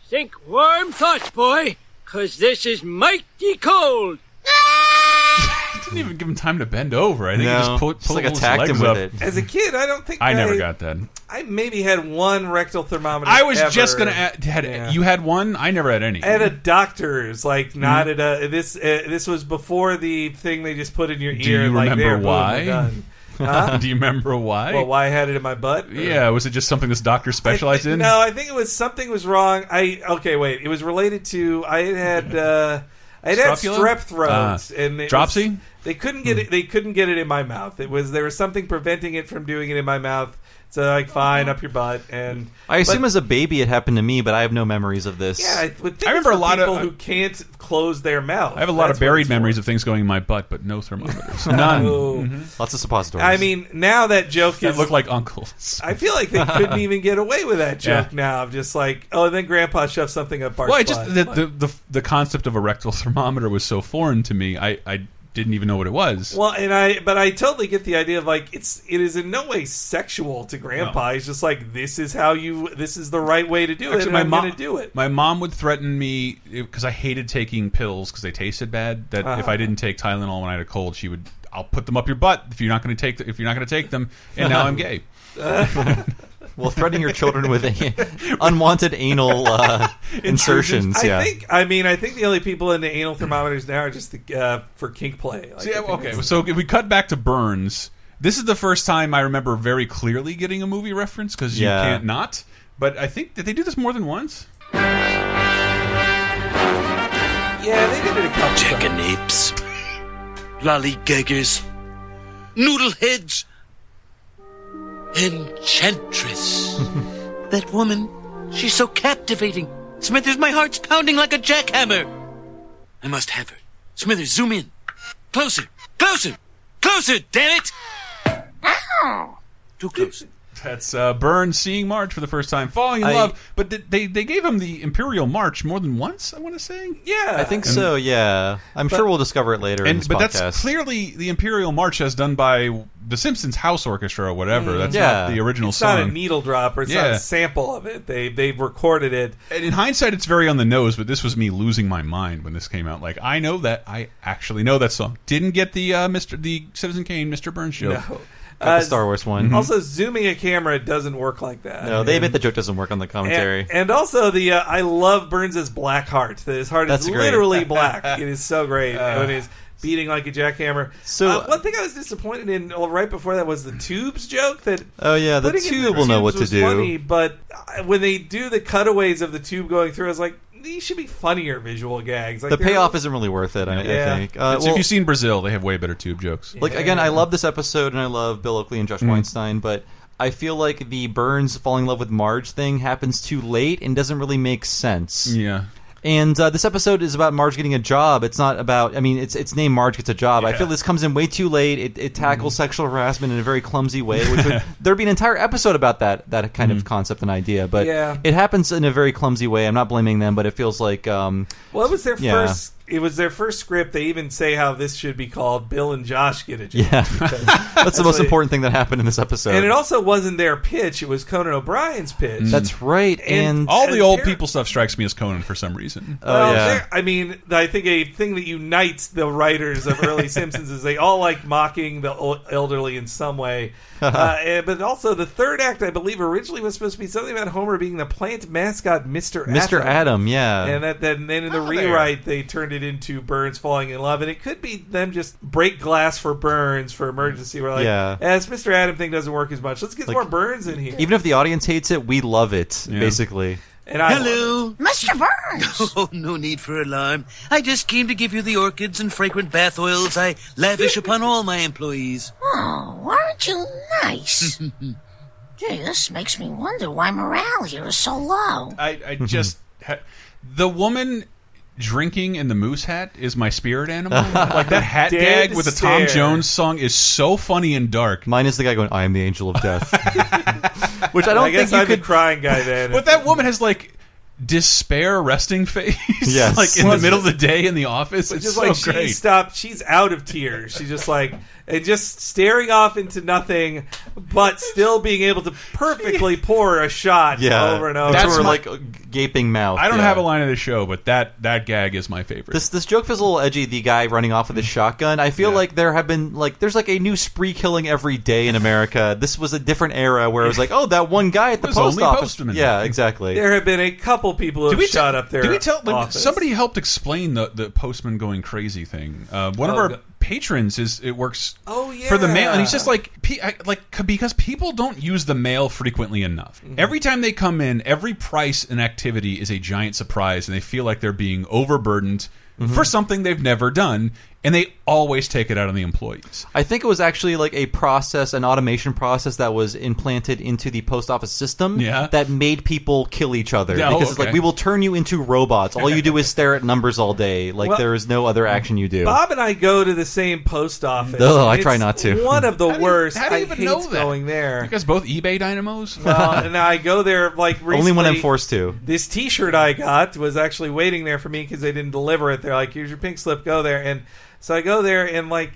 I: Think warm thoughts, boy, 'cause this is mighty cold.
A: Didn't even give him time to bend over. I think
C: No,
A: he just pulled,
C: just,
A: pulled
C: like,
A: his
C: attacked
A: legs
C: him with
A: up.
C: it.
D: As a kid, I don't think
A: I never
D: I-
A: got that.
D: I maybe had one rectal thermometer.
A: I was
D: ever.
A: just gonna add, had
D: Yeah.
A: you had one. I never had any.
D: at a doctor's, like not
A: Hmm?
D: at a this. Uh, this was before the thing they just put in your
A: Do
D: ear.
A: you
D: like,
A: remember
D: there, boom, we're
A: why?
D: done. Huh?
A: Do you remember why?
D: Well, why I had it in my butt?
A: yeah, was it just something this doctor specialized in?
D: No, I think it was something was wrong. I okay, wait. It was related to I had had uh, I had, had
A: Scrofula?
D: strep throats
A: Ah.
D: and it was-
A: Dropsy?
D: they couldn't get it. They couldn't get it in my mouth. It was there was something preventing it from doing it in my mouth. So like,
A: Uh-huh.
D: fine, up your butt. And
C: I assume
D: but-
C: as a baby it happened to me, but I have no memories of this.
D: yeah, I would think
A: I remember
D: it's for
A: a lot of- uh,
D: people who can't close their mouth.
A: I have a lot
D: That's
A: of
D: what
A: buried
D: it's
A: memories of things going in my butt, but no thermometers. None.
D: Oh.
C: Lots of suppositories.
D: I mean, now that joke
A: That
D: is
A: look like uncles.
D: I feel like they couldn't even get away with that joke
A: Yeah.
D: now. Of just like, oh, and then Grandpa shoved something up Bart's
A: well, I just
D: butt.
A: the, the the the concept of a rectal thermometer was so foreign to me. I I didn't even know what it was.
D: well, and I, but I totally get the idea of like it's it is in no way sexual to Grandpa. He's just like, this is how you, this is the right way to do it, and I'm
A: mom
D: going to do it.
A: My mom would threaten me because I hated taking pills because they tasted bad. That if
D: Uh-huh.
A: I didn't take Tylenol when I had a cold, she would. I'll put them up your butt if you're not going to take the, if you're not going to take them. And now I'm gay.
C: well, threatening your children with a, unwanted anal uh, insertions.
D: I
C: Yeah.
D: think. I mean, I think the only people into anal thermometers now are just the, uh, for kink play. Like,
A: So, yeah,
D: I think
A: okay,
D: it's-
A: so if we cut back to Burns, this is the first time I remember very clearly getting a movie reference because you
C: Yeah.
A: can't not. But I think did they do this more than once?
D: yeah, they did it a couple
B: Jackanapes. Lollygaggers. Noodleheads. Enchantress. that woman, she's so captivating. Smithers, my heart's pounding like a jackhammer. I must have her. Smithers, zoom in. Closer, closer, closer, damn it! Ow! Too close.
A: That's uh, Burns seeing March for the first time, falling in
C: I-
A: love. But th- they they gave him the Imperial March more than once. I want to say.
D: Yeah,
C: I think so. Yeah, I'm
A: But-
C: sure we'll discover it later in
A: And
C: this
A: but
C: podcast.
A: that's clearly the Imperial March as done by the Simpsons House Orchestra or whatever.
D: Mm.
A: That's
D: Yeah.
A: not the original
D: It's
A: song.
D: not a needle drop or it's not
A: Yeah.
D: a sample of it. They they've recorded it.
A: And in hindsight, it's very on the nose, but this was me losing my mind when this came out. Like, I know that I actually know that song. Didn't get the uh, Mr. the Citizen Kane, Mr. Burns show.
D: No.
C: Got the Star Wars one. Mhm.
D: Uh, Also, zooming a camera doesn't work like that.
C: no, they
D: And-
C: admit the joke doesn't work on the commentary.
D: And, and also the uh, I love Burns's black heart. That his heart
C: That's
D: is
C: great.
D: literally black. it is so great
C: Uh.
D: when he's beating like a jackhammer.
C: So-
D: Uh, one thing I was disappointed in uh, right before that was the tubes joke. That
C: Oh, yeah, the
D: putting in
C: tube will know what to
D: was
C: do.
D: Funny, but uh, when they do the cutaways of the tube going through, I was like, these should be funnier visual gags. Like
C: the
D: they're-
C: payoff isn't really worth it. I,
D: Yeah.
C: I think. Uh,
A: It's- if
C: well-
A: you've seen Brazil, they have way better tube jokes.
C: Like again, I love this episode and I love Bill Oakley and Josh
A: Mhm.
C: Weinstein, but I feel like the Burns falling in love with Marge thing happens too late and doesn't really make sense.
A: Yeah.
C: And uh, this episode is about Marge getting a job. It's not about. I mean, it's it's named Marge gets a job. I
A: Yeah.
C: feel this comes in way too late. It, it tackles sexual harassment in a very clumsy way. Which would, there'd be an entire episode about that that kind of concept and idea. But
D: Yeah.
C: it happens in a very clumsy way. I'm not blaming them, but it feels like um,
D: Well, it was their
C: Yeah.
D: first. It was their first script. They even say how this should be called "Bill and Josh Get a Job."
C: yeah,
D: because
C: that's the most
D: what it-
C: important thing that happened in this episode.
D: And it also wasn't their pitch. It was Conan O'Brien's pitch.
C: That's right. And,
A: all the old
D: apparent- Uh,
A: people stuff strikes me as Conan for some reason.
D: well, Um, there- I mean, I think a thing that unites the writers of early Simpsons is they all like mocking the el- elderly in some way. Uh, and- but also, the third act, I believe, originally was supposed to be something about Homer being the plant mascot, Mister
C: Mr. Adam, yeah.
D: and that, that- and then in the
C: there.
D: rewrite, they turned it into Burns falling in love, and it could be them just break glass for Burns for emergency. We're like,
C: Yeah.
D: "Eh, this Mr. Adam thing doesn't work as much. Let's get
C: Like-
D: more Burns in here.
C: Even if the audience hates it, we love it. Basically,
D: And I
B: Hello,
H: Mr. Burns.
B: Oh, no need for alarm. I just came to give you the orchids and fragrant bath oils I lavish upon all my employees.
H: Oh, aren't you nice? Gee, this makes me wonder why morale here is so low.
A: I, I
C: Mm-hmm.
A: just ha- the woman drinking in the moose hat is my spirit animal. like that hat
C: Dead
A: gag with the Tom
C: stare.
A: Jones song is so funny and dark.
C: Mine is the guy going, "I am the angel of death," which I don't
A: I guess
C: think you
A: I'm the
C: could.
D: crying guy then.
A: But that woman has like despair resting face.
C: Yes.
A: like in
C: Well,
A: the middle of the day in the office.
D: But
A: It's
D: just
A: so
D: like
A: great.
D: she stopped, she's out of tears. She's just like and just staring off into nothing, but still being able to perfectly pour a shot
C: Yeah,
D: over and over.
C: That's her like gaping mouth.
A: I don't
C: yeah.
A: have a line of the show, but that that gag is my favorite.
C: This this joke feels a little edgy. The guy running off with his shotgun. I feel like there have been like there's like a new spree killing every day in America. This was a different era where it was like, oh, that one guy at the
A: There's
C: post
A: only
C: office.
A: postman.
C: Yeah, exactly.
D: there have been a couple people who have
A: Did we
D: shot
A: tell-
D: up there.
A: Did we tell? like,
D: office.
A: somebody helped explain the the postman going crazy thing. Uh, one of
D: Oh,
A: our
D: go-
A: patrons is it works.
D: Oh,
A: for the mail, and
D: yeah.
A: he's just like pe- I- like c- because people don't use the mail frequently enough.
D: Mm-hmm.
A: Every time they come in, every price and activity is a giant surprise, and they feel like they're being overburdened
D: Mm-hmm.
A: for something they've never done, and they always take it out on the employees.
C: I think it was actually like a process, an automation process that was implanted into the post office system
A: Yeah.
C: that made people kill each other.
A: Yeah, oh,
C: because it's like,
A: okay.
C: we will turn you into robots. All you do is stare at numbers all day. Like,
D: Well,
C: there is no other action you do.
D: Bob and I go to the same post office.
C: Ugh, I
D: It's
C: try not to.
D: One of the
A: How do you-
D: worst.
A: how do you
D: I
A: even
D: hate
A: know that?
D: going there.
A: You guys both eBay dynamos.
D: Well, and I go there like recently,
C: Only when I'm forced to.
D: This T-shirt I got was actually waiting there for me because they didn't deliver it. They're like, "Here's your pink slip. Go there." And so I go there, and like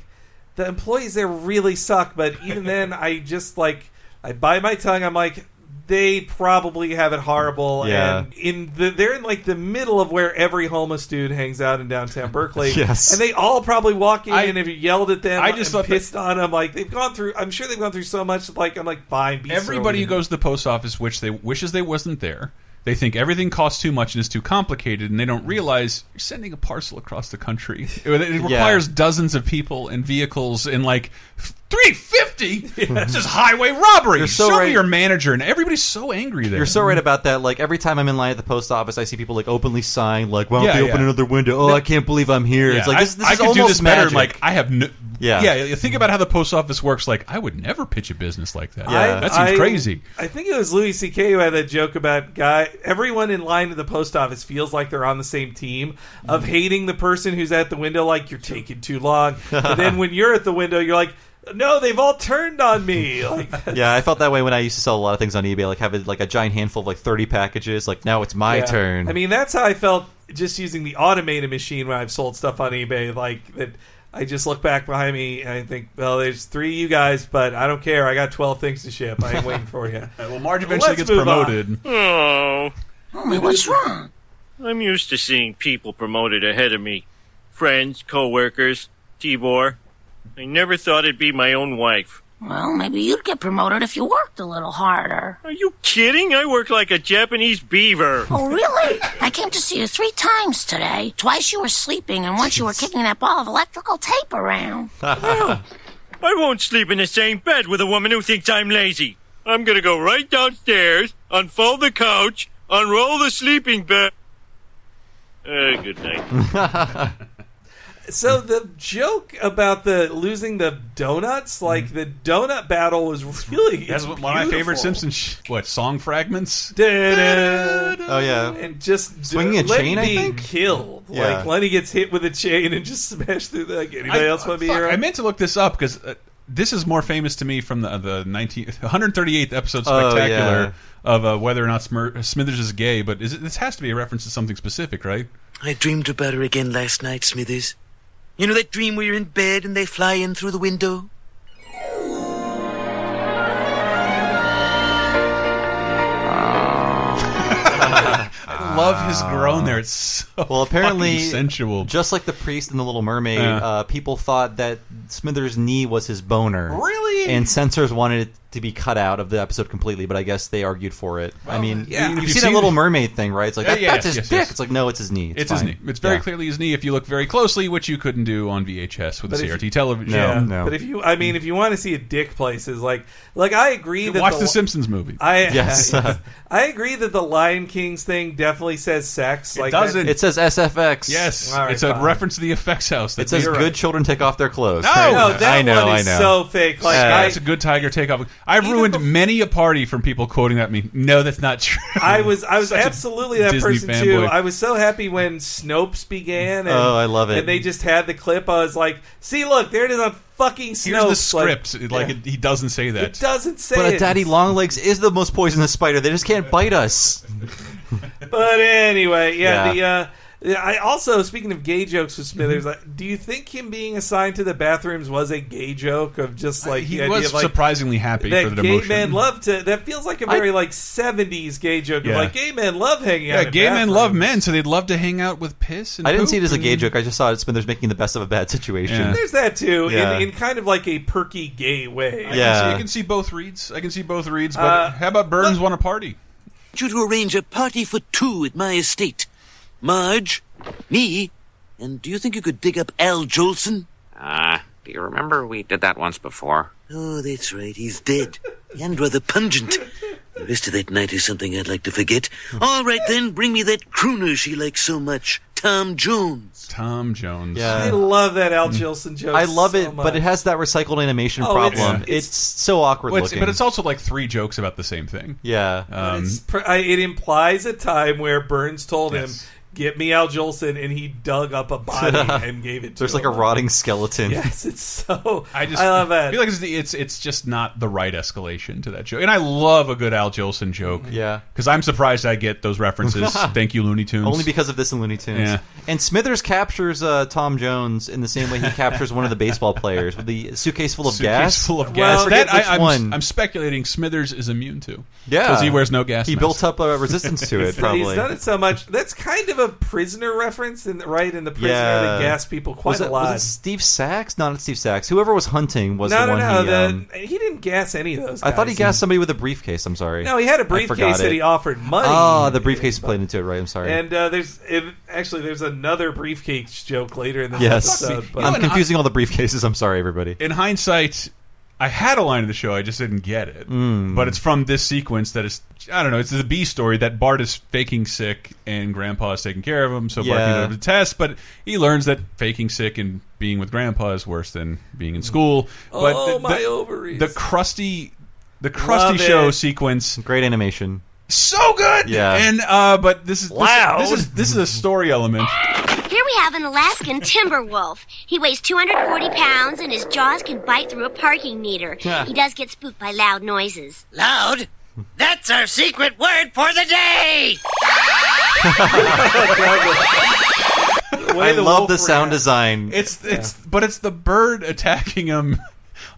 D: the employees there really suck. But even then, I just like I bite my tongue. I'm like. They probably have it horrible,
C: Yeah.
D: and in the, they're in like the middle of where every homeless dude hangs out in downtown Berkeley.
C: Yes.
D: and they all probably walk in
A: I-
D: and have yelled at them.
A: I just
D: and
A: thought that-
D: pissed on them. Like they've gone through. I'm sure they've gone through so much. Like I'm like fine. Be
A: Everybody
D: sober.
A: who goes to the post office which they wishes they wasn't there. They think everything costs too much and is too complicated, and they don't realize you're sending a parcel across the country. It it requires dozens of people and vehicles and like three fifty. This is highway robbery.
C: You're so
A: Show
C: right.
A: me your manager, and everybody's so angry there.
C: You're so right about that. Like every time I'm in line at the post office, I see people like openly sign, like, "Why don't
A: Yeah,
C: they open
A: yeah.
C: another window? Oh, I can't believe I'm here."
A: Yeah,
C: it's like
A: I-
C: this, this
A: I
C: is
A: could
C: almost
A: do this better.
C: magic.
A: Like I have no.
C: Yeah.
A: yeah. Think about how the post office works. Like I would never pitch a business like that.
D: I-
A: that seems
D: I-
A: crazy.
D: I think it was Louis C.K. who had that joke about guy. Everyone in line at the post office feels like they're on the same team
A: Mm.
D: of hating the person who's at the window, like you're taking too long. and then when you're at the window, you're like, no, they've all turned on me. Like,
C: yeah, I felt that way when I used to sell a lot of things on eBay. Like having like a giant handful of like 30 packages. Like now it's my
D: yeah.
C: turn.
D: I mean, that's how I felt just using the automated machine when I've sold stuff on eBay. Like that. I just look back behind me and I think, well, there's three of you guys, but I don't care. I got 12 things to ship. I ain't waiting for you.
A: well, Marge eventually
D: Let's
A: gets
D: move on.
A: promoted.
R: Oh.
H: Homie, what's wrong?
R: I'm used to seeing people promoted ahead of me. Friends, coworkers, Tibor. I never thought it'd be my own wife.
H: Well, maybe you'd get promoted if you worked a little harder.
R: Are you kidding? I work like a Japanese beaver.
H: Oh, really? I came to see you three times today. Twice you were sleeping, and once you were kicking that ball of electrical tape around.
R: Oh, I won't sleep in the same bed with a woman who thinks I'm lazy. I'm gonna go right downstairs, unfold the couch, unroll the sleeping bag. Uh, good night.
D: so the joke about the losing the donuts, like the donut battle, was really
A: Mm-hmm. That's one of my favorite Simpsons. Sh- what song fragments?
D: Oh
A: yeah.
D: and just
A: Swinging a
D: Lenny
A: chain, I
D: being
A: think?
D: killed.
A: Yeah.
D: Like Lenny gets hit with a chain and just smashed through. The, like anybody else want to be a
A: fuck,
D: hero?
A: I meant to look this up because uh, this is more famous to me from the uh, the 19, 138th episode
C: Oh,
A: spectacular of uh, whether or not Smir- Smithers is gay. But is it, this has to be a reference to something specific, right?
B: I dreamed about her again last night, Smithers. You know that dream where you're in bed and they fly in through the window?
D: Ah.
A: I love his groan there. It's so
C: well, apparently
A: fucking sensual.
C: Just like the priest in the Little Mermaid,
A: Yeah.
C: uh, people thought that Smithers' knee was his boner.
A: Really?
C: And censors wanted it to be cut out of the episode completely, but I guess they argued for it. I mean,
A: yeah.
C: you've,
A: You've
C: seen,
A: seen-
C: that Little Mermaid thing, right? It's like
A: Yeah,
C: that-
A: yeah,
C: that's
A: yes,
C: his
A: yes,
C: dick.
A: yes.
C: It's like no, it's his knee. It's,
A: It's, his
C: fine.
A: knee. It's very
C: Yeah.
A: clearly his knee if you look very closely, which you couldn't do on VHS with
D: But
A: a
D: if
A: CRT
D: you-
A: television.
D: Yeah, But if you, I mean, if you want to see a dick places, like, like I agree that
A: watch the,
D: li-
A: Simpsons movie.
D: I yes. I agree that the Lion Kings thing definitely says sex.
A: It
D: like
A: doesn't.
D: that-
C: It says SFX.
A: Yes,
D: All right,
A: it's a
D: fine.
A: reference to the effects house. That
C: It says
A: you're
C: good
A: right.
C: children take off their clothes.
A: No,
C: Right.
D: No, Oh, that
C: I know,
D: one is
C: I know.
D: so fake. Like,
C: Yeah.
D: I-
A: That's a good tiger takeoff. I've ruined many a party from people quoting that. Me, no, that's not true.
D: I was I was
A: Such a
D: absolutely that
A: Disney
D: person too.
A: fanboy.
D: I was so happy when Snopes began. And,
A: Oh, I love it.
D: And they just had the clip. I was like, see, look, there it is on fucking Snopes.
A: Here's the
D: Like,
A: script. Like,
D: yeah.
A: it, uh, he doesn't say that.
D: it doesn't say
C: But
D: it.
C: a daddy longlegs is the most poisonous spider. They just can't bite us.
D: But anyway,
C: Yeah.
D: yeah. The uh, I also speaking of gay jokes with
A: Mm-hmm.
D: Smithers, like, do you think him being assigned to the bathrooms was a gay joke of just like
A: he
D: the idea
A: was
D: of, like,
A: surprisingly happy
D: that
A: for the
D: gay
A: demotion.
D: men love to? That feels like a very like seventies gay joke. Of,
A: Yeah.
D: like gay men love hanging out.
A: yeah,
D: in
A: gay men
D: bathrooms.
A: love men, so they'd love to hang out with piss. And
C: I didn't
A: poop
C: see it as a gay
A: and-
C: joke. I just saw it. Spindler's making the best of a bad situation.
D: There's that too,
C: Yeah.
D: in, in kind of like a perky gay way.
C: I can Yeah.
A: I can see both reads. I can see both reads. But
D: Uh,
A: how about Burns want a party?
B: You to arrange a party for two at my estate. Marge, me, and do you think you could dig up Al Jolson?
S: Uh, do you remember we did that once before?
B: Oh, that's right, he's dead. and rather pungent. The rest of that night is something I'd like to forget. All right then, bring me that crooner she likes so much, Tom Jones.
A: Tom Jones.
D: I love that Al Jolson joke.
C: I love
D: so
C: it, but it
D: much.
C: has that recycled animation
D: Oh, it's-
C: problem.
D: it's-
C: It's, so awkward
A: Well, it's-
C: looking.
A: but it's also like three jokes about the same thing.
C: yeah.
A: Um,
D: Pr- I- it implies a time where Burns told
A: Yes.
D: him, "Get me Al Jolson," and he dug up a body and gave it to
C: There's
D: him.
C: like a rotting skeleton.
D: Yes, it's so.
A: I just
D: I love that.
A: feel like it's, the- it's it's just not the right escalation to that joke. And I love a good Al Jolson joke.
C: Yeah.
A: because I'm surprised I get those references. Thank you, Looney Tunes.
C: Only because of this in Looney Tunes.
A: Yeah.
C: And Smithers captures uh, Tom Jones in the same way he captures one of the baseball players with the suitcase full of
A: Suitcase
C: gas.
A: full of
C: I
A: gas.
C: forget
A: that I,
C: which
A: I'm,
C: one.
A: I'm speculating Smithers is immune to.
C: Yeah.
A: because he wears no gas.
C: He
A: mask.
C: built up a resistance to it,
D: It's that He's
C: probably.
D: done it so much. That's kind of a prisoner reference, in the, right? In the prisoner,
C: yeah.
D: they gas people quite
C: was it,
D: a lot.
C: Was it Steve Sachs? No, Not Steve Sachs. Whoever was hunting was
D: no,
C: the
D: no,
C: one
D: no.
C: he.
D: the-
C: um,
D: he didn't gas any of those.
C: I thought he
D: guys.
C: gassed somebody with a briefcase. I'm sorry.
D: No, he had a
C: I forgot
D: briefcase that
C: it.
D: he offered money.
C: Oh, the briefcase played into it, right? I'm sorry.
D: And uh, there's it, actually there's another briefcase joke later in the
C: yes,
D: episode. But
C: I'm confusing all the briefcases. I'm sorry, everybody.
A: in hindsight, I had a line in the show, I just didn't get it.
C: Mm.
A: But it's from this sequence that is, I don't know, it's the B story that Bart is faking sick and Grandpa is taking care of him, so Bart
C: Yeah.
A: can go to the test. But he learns that faking sick and being with Grandpa is worse than being in school. But
D: Oh,
A: the,
D: my
A: the,
D: ovaries.
A: The crusty, the crusty
D: Love
A: show
D: it.
A: sequence,
C: great animation,
A: so good.
C: Yeah.
A: and uh, but this is this,
C: Loud.
A: this is this is a story element.
Q: Here we have an Alaskan timber wolf. He weighs 240 pounds and his jaws can bite through a parking meter.
B: Yeah.
Q: He does get spooked by loud noises.
B: Loud? That's our secret word for the day!
C: I love the sound design.
A: It's it's but it's the bird attacking him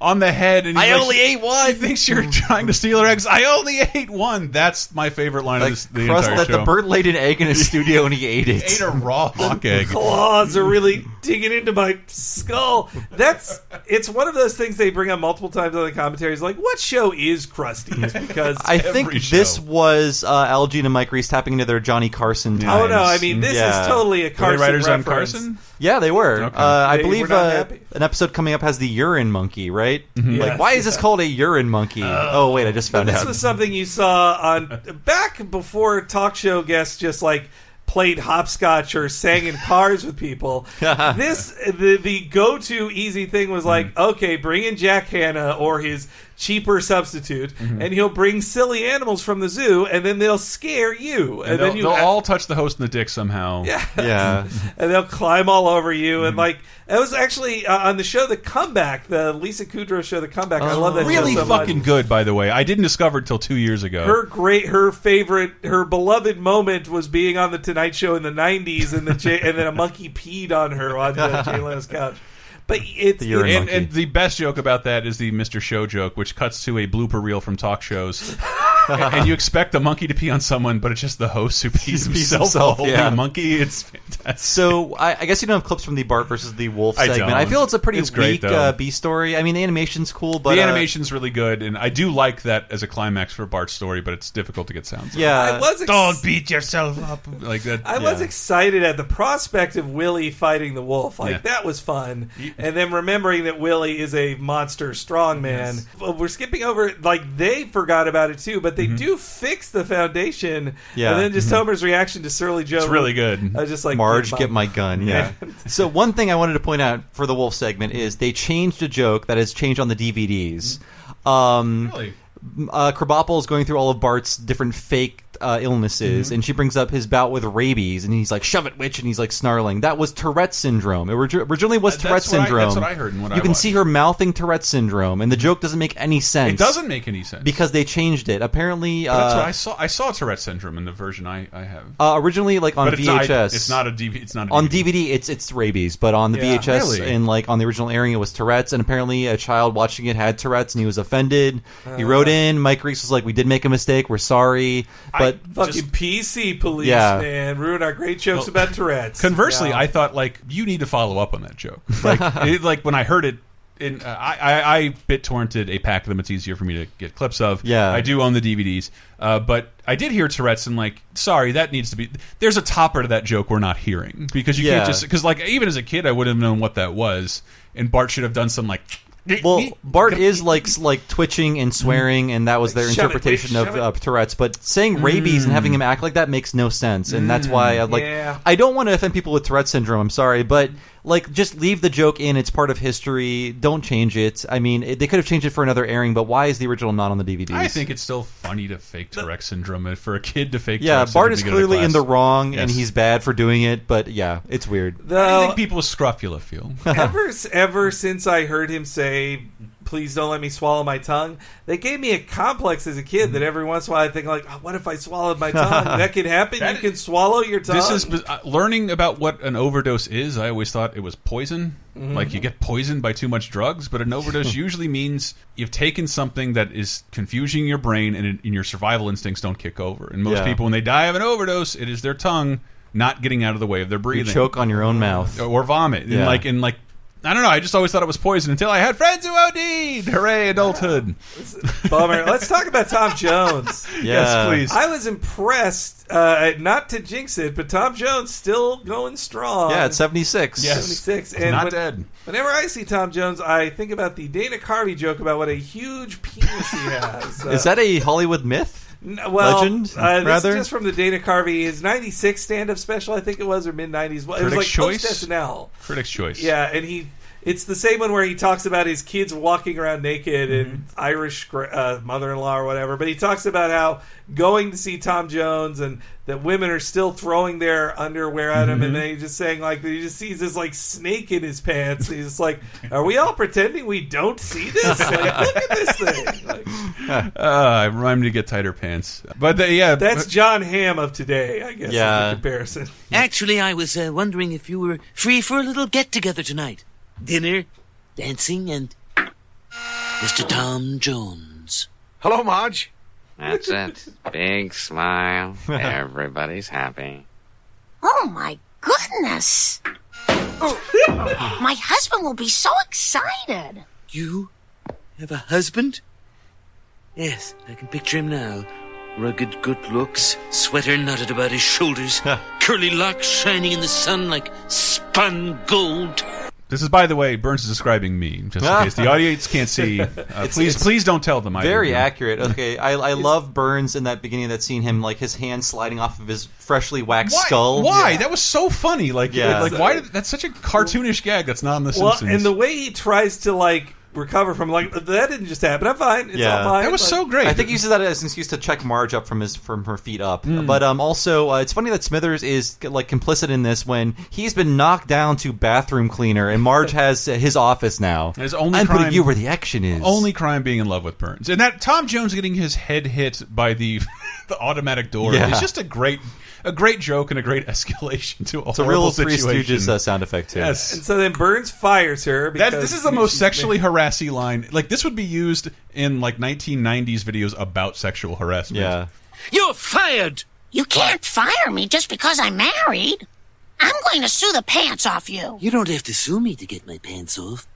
A: on the head. And he's
C: I
A: like-
C: only ate one.
A: He thinks you're trying to steal her eggs. I only ate one. That's my favorite line
C: Like,
A: of this, the
C: crust
A: entire
C: that
A: show.
C: the bird laid an egg in his studio and he ate
A: He
C: it.
A: ate a raw hawk egg.
D: claws are really digging into my skull. That's it's one of those things they bring up multiple times on the commentaries. Like, what show is Krusty? Because
C: I think this was uh, Algene and Mike Reese tapping into their Johnny Carson times.
D: Oh no! I mean, this
C: Yeah.
D: is totally a Carson
A: writers on
D: reference.
A: Carson?
C: Yeah, they were.
A: Okay.
C: Uh, I
D: They were
C: believe
D: not
C: uh,
D: happy.
C: an episode coming up has the urine monkey, right?
A: Mm-hmm.
D: Yes.
C: Like, why is this called a urine monkey? oh wait, I just found
D: This
C: out.
D: was something you saw on back before talk show guests just like played hopscotch or sang in cars with people. this the the go to easy thing was like,
A: Mm-hmm.
D: okay, bring in Jack Hanna or his cheaper substitute,
A: Mhm.
D: and he'll bring silly animals from the zoo, and then they'll scare you,
A: And,
D: then
A: they'll,
D: you
A: they'll all touch the host in the dick somehow. Yeah. Mm-hmm.
C: Yeah.
D: and they'll climb all over you. And like it was actually uh, on the show The Comeback, the Lisa Kudrow show The Comeback. I love that
A: really
D: show so much.
A: fucking good, by the way. I didn't discover it till two years ago.
D: Her great, her favorite, her beloved moment was being on the Tonight Show in the '90s, and the J- and then a monkey peed on her on uh, Jay Leno's couch. But it's it's-
A: and, and the best joke about that is the Mr. Show joke, which cuts to a blooper reel from talk shows. and, and you expect the monkey to pee on someone, but it's just the host who pees
C: He's
A: himself,
C: himself,
A: holding
C: yeah.
A: a monkey. It's fantastic.
C: So I, I guess you don't have clips from the Bart versus the Wolf
A: I
C: segment.
A: don't.
C: I feel it's a pretty
A: It's
C: weak
A: great, though.
C: uh, B story. I mean, the animation's cool, but
A: the
C: uh,
A: animation's really good, and I do like that as a climax for Bart's story, but it's difficult to get sounds.
C: Yeah.
D: I was ex-
A: don't beat yourself up like that.
D: I was
A: yeah.
D: excited at the prospect of Willie fighting the wolf. Like
A: Yeah.
D: that was fun. And then remembering that Willie is a monster strongman.
C: Yes.
D: But We're skipping over like they forgot about it too, but they do fix the foundation.
C: Mm-hmm. Yeah.
D: And then just
C: Mhm.
D: Homer's reaction to Surly Joe. I was just like
C: Marge,
D: dude,
C: get my gun. Yeah. so one thing I wanted to point out for the Wolf segment is they changed a joke that has changed on the DVDs. Um,
A: really?
C: Uh, Krabappel is going through all of Bart's different fake uh, illnesses,
A: Mhm.
C: and she brings up his bout with rabies, and he's like, "Shove it, witch," and he's like snarling. That was Tourette syndrome. It origi- originally was
A: Uh, That's what
C: Tourette
A: I- that's
C: syndrome.
A: what I heard and what
C: you
A: I
C: can
A: watched. Mm-hmm.
C: see her mouthing Tourette syndrome, and the joke doesn't make any sense.
A: It doesn't make any sense.
C: because they changed it. Apparently,
A: But that's
C: uh,
A: what I saw. I saw Tourette syndrome in the version I, I have.
C: Uh, originally, like on
A: But it's not-
C: VHS,
A: it's not a DV It's not a
C: on DVD. It's it's rabies, but on the
A: Yeah.
C: VHS
A: Really?
C: and like on the original airing, it was Tourette's. And apparently, a child watching it had Tourette's, and he was offended. he
D: Uh.
C: wrote in. Mike Reese was like, "We did make a mistake. We're sorry." But
D: fucking PC police
C: Yeah.
D: man ruin our great jokes about Tourette's.
A: Conversely,
D: Yeah.
A: I thought like you need to follow up on that joke. Like, it, like when I heard it, in, uh, I, I, I bit torrented a pack of them. It's easier for me to get clips of.
C: Yeah.
A: I do own the DVDs, uh, but I did hear Tourette's and like, sorry, that needs to be. There's a topper to that joke we're not hearing because you
C: Yeah.
A: can't just because like even as a kid I would have known what that was, and Bart should have done some like.
C: well, Bart is like s- like twitching and swearing, and that was their
A: Shove it,
C: interpretation
A: bitch,
C: of
A: shove
C: uh, Tourette's. But saying rabies and having him act like that makes no sense, and that's why I like.
A: Yeah.
C: I don't want to offend people with Tourette's syndrome. I'm sorry, but like, just leave the joke in. It's part of history. Don't change it. I mean, it, they could have changed it for another airing, but why is the original not on the DVDs?
A: I think it's still funny to fake Tourette's syndrome uh, for a kid to fake.
C: yeah,
A: Tourette's
C: Bart
A: syndrome
C: is
A: to go to
C: clearly in
A: class.
C: the wrong, and
A: Yes.
C: he's bad for doing it. But yeah, it's weird.
A: How do
D: Though-
A: you think people with scrofula feel?
D: ever ever since I heard him say, "Please don't let me swallow my tongue," they gave me a complex as a kid that every once in a while I think like, oh, "What if I swallowed my tongue? that can happen. you can swallow your tongue."
A: This is biz- uh, learning about what an overdose is. I always thought it was poison.
D: Mhm.
A: Like you get poisoned by too much drugs, but an overdose usually means you've taken something that is confusing your brain and, it- and your survival instincts don't kick over. And most
C: Yeah.
A: people, when they die of an overdose, it is their tongue not getting out of the way of their breathing.
C: choke on your own mouth.
A: or, or vomit.
C: Yeah.
A: And like and like I don't know. I just always thought it was poison until I had friends who OD'd. Hooray, adulthood!
D: Bummer. Let's talk about Tom Jones.
A: Yes, please.
D: I was impressed. Uh, not to jinx it, but Tom Jones still going strong.
C: Yeah, at 76. Yes.
D: 76.
C: He's
D: And
C: not
D: when-
C: dead.
D: Whenever I see Tom Jones, I think about the Dana Carvey joke about what a huge penis he has.
C: is that a Hollywood myth?
D: N- well,
C: Legend,
D: uh, this
C: rather?
D: is just from the Dana Carvey his '96 stand-up special, I think it was, or mid '90s. Well, it was
A: Critics'
D: like
A: Choice?
D: post SNL.
A: Critics' choice.
D: Yeah, and he. It's the same one where he talks about his kids walking around naked and Irish gra- uh, mother-in-law or whatever. But he talks about how going to see Tom Jones and that women are still throwing their underwear at him, and
A: Mhm.
D: then he's just saying like he just sees this like snake in his pants. And he's just like, "Are we all pretending we don't see this? Like, look at this thing." Like,
A: uh, I rhymed to get tighter pants, but they, yeah,
D: that's John Hamm of today, I guess. is the comparison.
B: Actually, I was uh, wondering if you were free for a little get together tonight. Dinner, dancing, and. Mr. Tom Jones.
J: Hello, Marge.
S: That's it. Big smile. Everybody's happy.
H: Oh my goodness. my husband will be so excited.
B: You have a husband? Yes, I can picture him now. Rugged good looks, sweater knotted about his shoulders, curly locks shining in the sun like spun gold.
A: This is, by the way, Burns is describing me, just in case the audience can't see. Uh,
C: It's-
A: please,
C: it's
A: please don't tell them. I
C: Very
A: did that.
C: accurate. Okay, I, I love Burns in that beginning of that scene. Him like his hand sliding off of his freshly waxed
A: Why?
C: skull.
A: Why? That was so funny. Like,
C: Yeah.
A: like why? Did, that's such a cartoonish gag. That's not in the
D: Well,
A: Simpsons.
D: and the way he tries to like recover from like that didn't just happen. I'm fine. It's all fine. Like-
C: I think he uses that as an excuse to check Marge up from his from her feet up.
A: Hmm.
D: Mm.
C: But um, also, uh, it's funny that Smithers is like complicit in this when he's been knocked down to bathroom cleaner, and Marge has uh, his office now.
A: His only
C: I'm
A: crime-
C: putting you where the action is.
A: only crime being in love with Burns, and that Tom Jones getting his head hit by the the automatic door
C: Yeah.
A: is just a great a great joke and a great escalation to a
C: It's a real
A: horrible
C: Three
A: situation.
C: Stooges uh, sound effect too.
A: Yes.
D: And so then Burns fires her.
A: That,
D: Because
A: this is the most sexually harassy line. Like this would be used in like 1990s videos about sexual harassment. Yeah.
H: You're fired! You can't fire me just because I'm married. I'm going to sue the pants off you.
B: You don't have to sue me to get my pants off.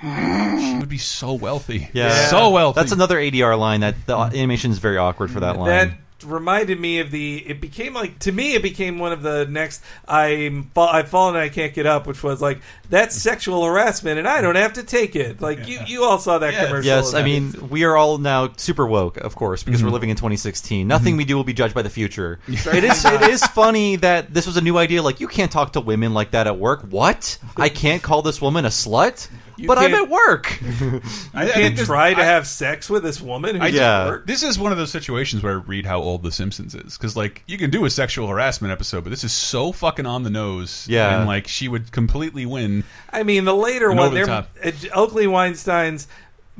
A: She would be so wealthy.
C: Yeah.
A: So
C: wealthy. That's another ADR line that the animation is very awkward for that line.
D: that reminded me of the. It became like to me, it became one of the next. I'm fa- I've fallen and I can't get up, which was like that's sexual harassment, and I don't have to take it. Like you, you all saw that commercial.
C: Yes, I mean
D: and
C: we are all now super woke, of course, because
D: Mhm.
C: we're living in 2016. Nothing
D: Mhm.
C: we do will be judged by the future. it is it is funny that this was a new idea. Like you can't talk to women like that at work. What? I can't call this woman a slut, but I'm
D: can't-
C: at work.
D: you can't try to have sex with this woman.
A: I
D: Who's
A: yeah.
D: at work.
A: This is one of those situations where I read how old The Simpsons is because like you can do a sexual harassment episode, but this is so fucking on the nose.
C: Yeah.
A: and like she would completely win.
D: I mean, the later
A: And
D: one,
A: over the
D: there,
A: top.
D: uh, Oakley Weinstein's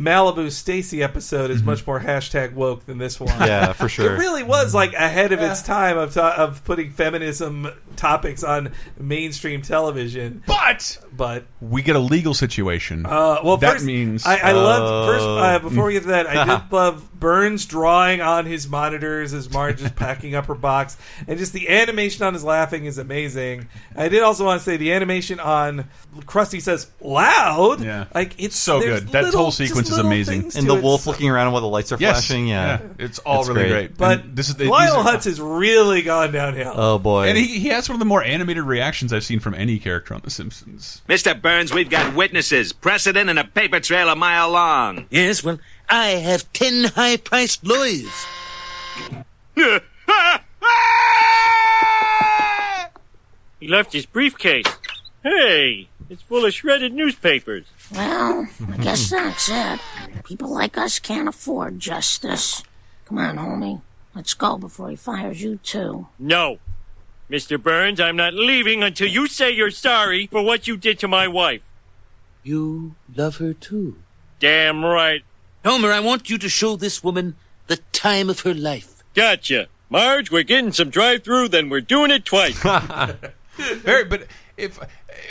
D: Malibu Stacy episode is much more hashtag woke than this one.
C: Mm-hmm. Yeah, for sure.
D: It really was like ahead of its time of, ta- of putting feminism topics on mainstream television.
A: But
D: but
A: We get a legal situation.
D: uh, well,
A: that
D: first,
A: means
D: I, I loved first. Uh,
A: Uh,
D: before we get to that, I did love Burns drawing on his monitors as Marge is packing up her box, and just the animation on his laughing is amazing. I did also want to say the animation on Krusty says "loud,"
A: Yeah.
D: like it's
A: So
D: there's
A: good. That
D: little-
A: whole
D: just
A: sequence is
D: little
A: amazing.
D: things
C: And
D: to
C: the
D: it.
C: wolf looking around while the lights are
A: Yes,
C: flashing. Yeah.
A: yeah. It's all really great.
D: But
A: And this is the-
D: Lionel
A: these are-
D: Hutz has really gone downhill.
C: Oh boy!
A: And he, he has one of the more animated reactions I've seen from any character on The Simpsons.
T: Mr. Burns, we've got witnesses, precedent, and a paper trail a mile long.
B: Yes, well, I have ten high-priced lawyers.
R: He left his briefcase. Hey, it's full of shredded newspapers.
H: Well, I guess that's it. People like us can't afford justice. Come on, homie. Let's go before he fires you, too.
R: No. Mr. Burns, I'm not leaving until you say you're sorry for what you did to my wife.
B: You love her too.
R: Damn right.
B: Homer, I want you to show this woman the time of her life.
R: Gotcha. Marge, we're getting some drive through, then we're doing it twice.
A: very, but if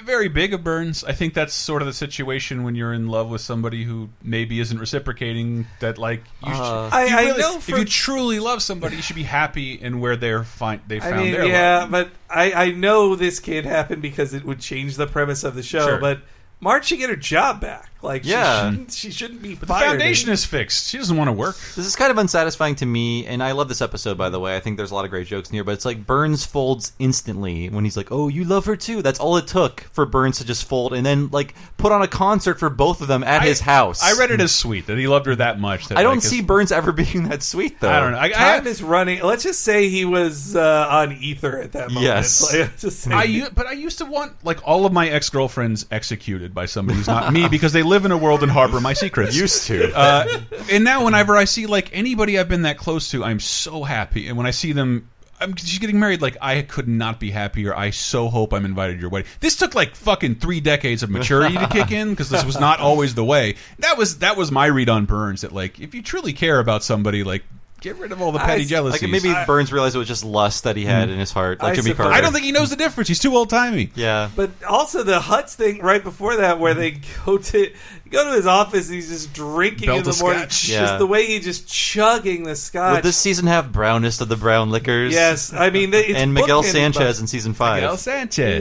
A: very big of Burns, I think that's sort of the situation when you're in love with somebody who maybe isn't reciprocating. That like, you
D: Uh,
A: should,
D: I-
A: you
D: I
A: really-
D: know
A: if
D: for-
A: you truly love somebody, you should be happy in where they're find they found
D: I mean,
A: their
D: yeah,
A: love.
D: but I, I know this can't happen because it would change the premise of the show.
A: Sure.
D: But Marge should get her job back. Like,
C: Yeah.
D: she shouldn't, she shouldn't be
A: But the
D: fired.
A: foundation is fixed. She doesn't want to work.
C: This is kind of unsatisfying to me, and I love this episode by the way. I think there's a lot of great jokes in here, but it's like Burns folds instantly when he's like, "Oh, you love her too." That's all it took for Burns to just fold and then like put on a concert for both of them at his house.
A: I read it as sweet that he loved her that much. That
C: I don't
A: like, his-
C: see Burns ever being that sweet though.
A: I don't know. I-
D: Time is running. Let's just say he was uh, on ether at that moment.
A: Yes.
D: Like, just say-
A: I u- but I used to want like all of my ex girlfriends executed by somebody who's not me because they live in a world and harbor my secrets. Used
C: to,
A: uh, and now whenever I see like anybody I've been that close to, I'm so happy. And when I see them, I'm she's getting married. Like I could not be happier. I so hope I'm invited to your wedding. This took like fucking three decades of maturity to kick in because this was not always the way. That was that was my read on Burns. That like if you truly care about somebody, like get rid of all the petty jealousies.
C: Like maybe
A: I- Mm-hmm.
C: Burns realized it was just lust that he had in his heart, like
D: I
C: Jimmy
D: suppose-
C: Carter.
A: I don't think he knows the difference. He's too old timey.
C: Yeah.
D: But also the Huts thing right before that,
C: Mm-hmm.
D: where they go to go to his office, and he's just drinking
C: Belt
D: in the
C: of
D: morning.
C: scotch. Yeah.
D: Just the way he's just chugging the scotch.
C: Would this season have brownest of the brown liquors?
D: Yes, I mean, it's
C: and Miguel
D: bookended
C: Sanchez
D: by-
C: in season five.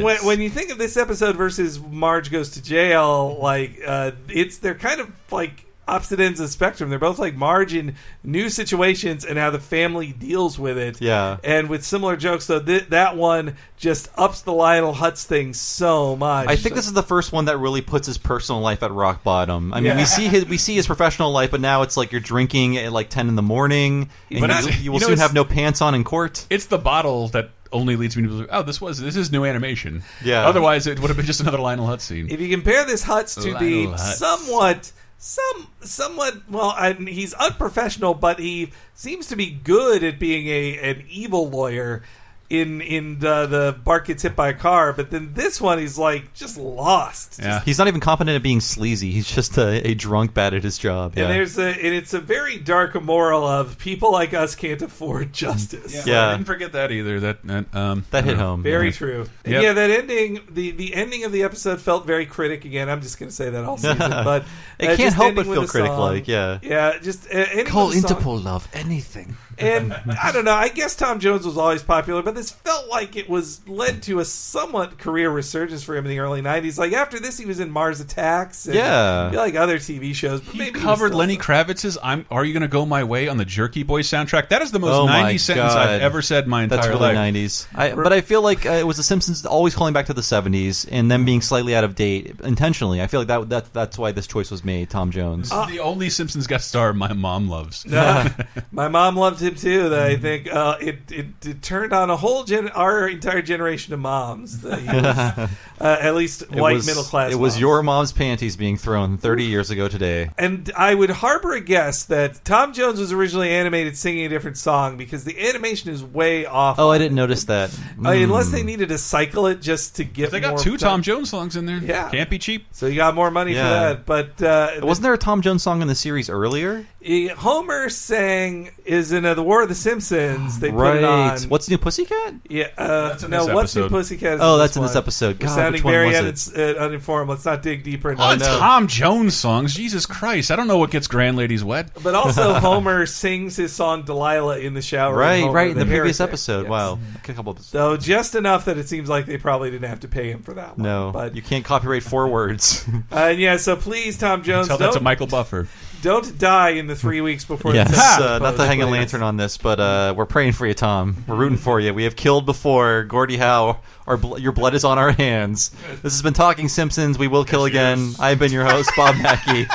D: When, when you think of this episode versus Marge goes to jail, like uh, it's they're kind of like opposite ends of the spectrum. They're both like Marge in new situations and how the family deals with it.
C: Yeah.
D: And with similar jokes, though, th- that one just ups the Lionel Hutz thing so much.
C: I think this is the first one that really puts his personal life at rock bottom. I mean,
D: Yeah.
C: we see his we see his professional life, but now it's like you're drinking at like ten in the morning, and
A: But
C: you,
A: I-
C: you will
A: you know,
C: soon
A: it's-
C: have no pants on in court.
A: It's the bottle that only leads me to believe, oh, this was this is new animation.
C: Yeah.
A: Otherwise, it would have been just another Lionel Hutz scene.
D: If you compare this Hutz to the
A: Lionel Hutz.
D: somewhat, some, somewhat, well, I, he's unprofessional, but he seems to be good at being a an evil lawyer. In in the, the Bart gets hit by a car, but then this one he's like just lost.
C: Yeah. He's not even competent at being sleazy. He's just a, a drunk bat at his job. Yeah.
D: And there's a and it's a very dark moral of people like us can't afford justice.
C: Yeah.
A: I didn't forget that either. That that, um,
C: That
A: I
C: hit
A: don't know.
C: home.
D: Very true. And
A: Yep.
D: Yeah, that ending the the ending of the episode felt very critic again. I'm just going to say that all season, but
C: It
D: uh,
C: can't
D: just
C: help
D: ending
C: but
D: with
C: feel
D: a
C: critic-like,
D: song.
C: yeah.
D: yeah. Just uh, ending
C: Call
D: with a song.
C: Interpol, love anything.
D: And I don't know. I guess Tom Jones was always popular, but this felt like it was led to a somewhat career resurgence for him in the early '90s. Like after this, he was in Mars Attacks. And
A: Yeah.
D: I feel like other TV shows. But maybe he was
A: covered
D: still-
A: Lenny Kravitz's "I'm Are You Gonna Go My Way" on the Jerky Boys soundtrack. That is the most
C: Oh my
A: 90s sentence I've
C: God.
A: ever said in my entire
C: That's really
A: life.
C: 90s. I, but I feel like uh, it was The Simpsons always calling back to the 70s and them being slightly out of date intentionally. I feel like that, that that's why this choice was made, Tom Jones.
A: This is the only Simpsons guest star my mom loves.
D: No, my mom loved him too. That
C: Mm-hmm.
D: I think uh, it, it it turned on a whole gen our entire generation of moms. that he was, uh, at least
C: It
D: white
C: was-
D: middle class.
C: It was
D: moms.
C: your mom's panties being thrown 30 years ago today.
D: And I would harbor a guess that Tom Jones was originally animated singing a different song because the animation is way off.
C: Oh, I didn't notice that.
D: Uh, Unless
C: Mm.
D: they needed to cycle it just to get.
A: They got
D: more
A: two
D: time.
A: Tom Jones songs in there.
D: Yeah.
A: Can't be cheap.
D: So you got more money
C: Yeah.
D: for that, but uh,
C: Wasn't there a Tom Jones song in the series earlier?
D: the- Homer sang is in uh, the War of the Simpsons. They put it on.
C: right. What's New Pussycat?
D: Yeah, uh,
C: in
D: no,
C: this
D: what's new
C: episode.
D: pussycat? is
C: Oh, that's in this
D: one.
C: episode.
D: We're
C: God,
D: sounding
C: which one
D: very
C: was it?
D: uninformed. Uh, uninformed. Let's not dig deeper into
A: Oh,
D: that.
A: Tom Jones songs. Jesus Christ. I don't know what gets grand ladies wet.
D: But also, Homer sings his song "Delilah" in the shower.
C: Right,
D: Homer,
C: right, in the previous
D: heretic.
C: episode. Wow. A couple of-
D: So just enough that it seems like they probably didn't have to pay him for that. One.
C: no, you can't copyright four words.
D: Uh, and yeah, so please, Tom Jones,
C: Tell
D: don't,
C: that to Michael Buffer.
D: Don't die in the three weeks before.
C: yes,
D: the
C: uh, not the hanging lantern on this, but uh, we're praying for you, Tom. We're rooting for you. We have killed before, Gordie Howe. Our bl- your blood is on our hands. This has been Talking Simpsons. We will kill again. I've been your host, Bob Mackey.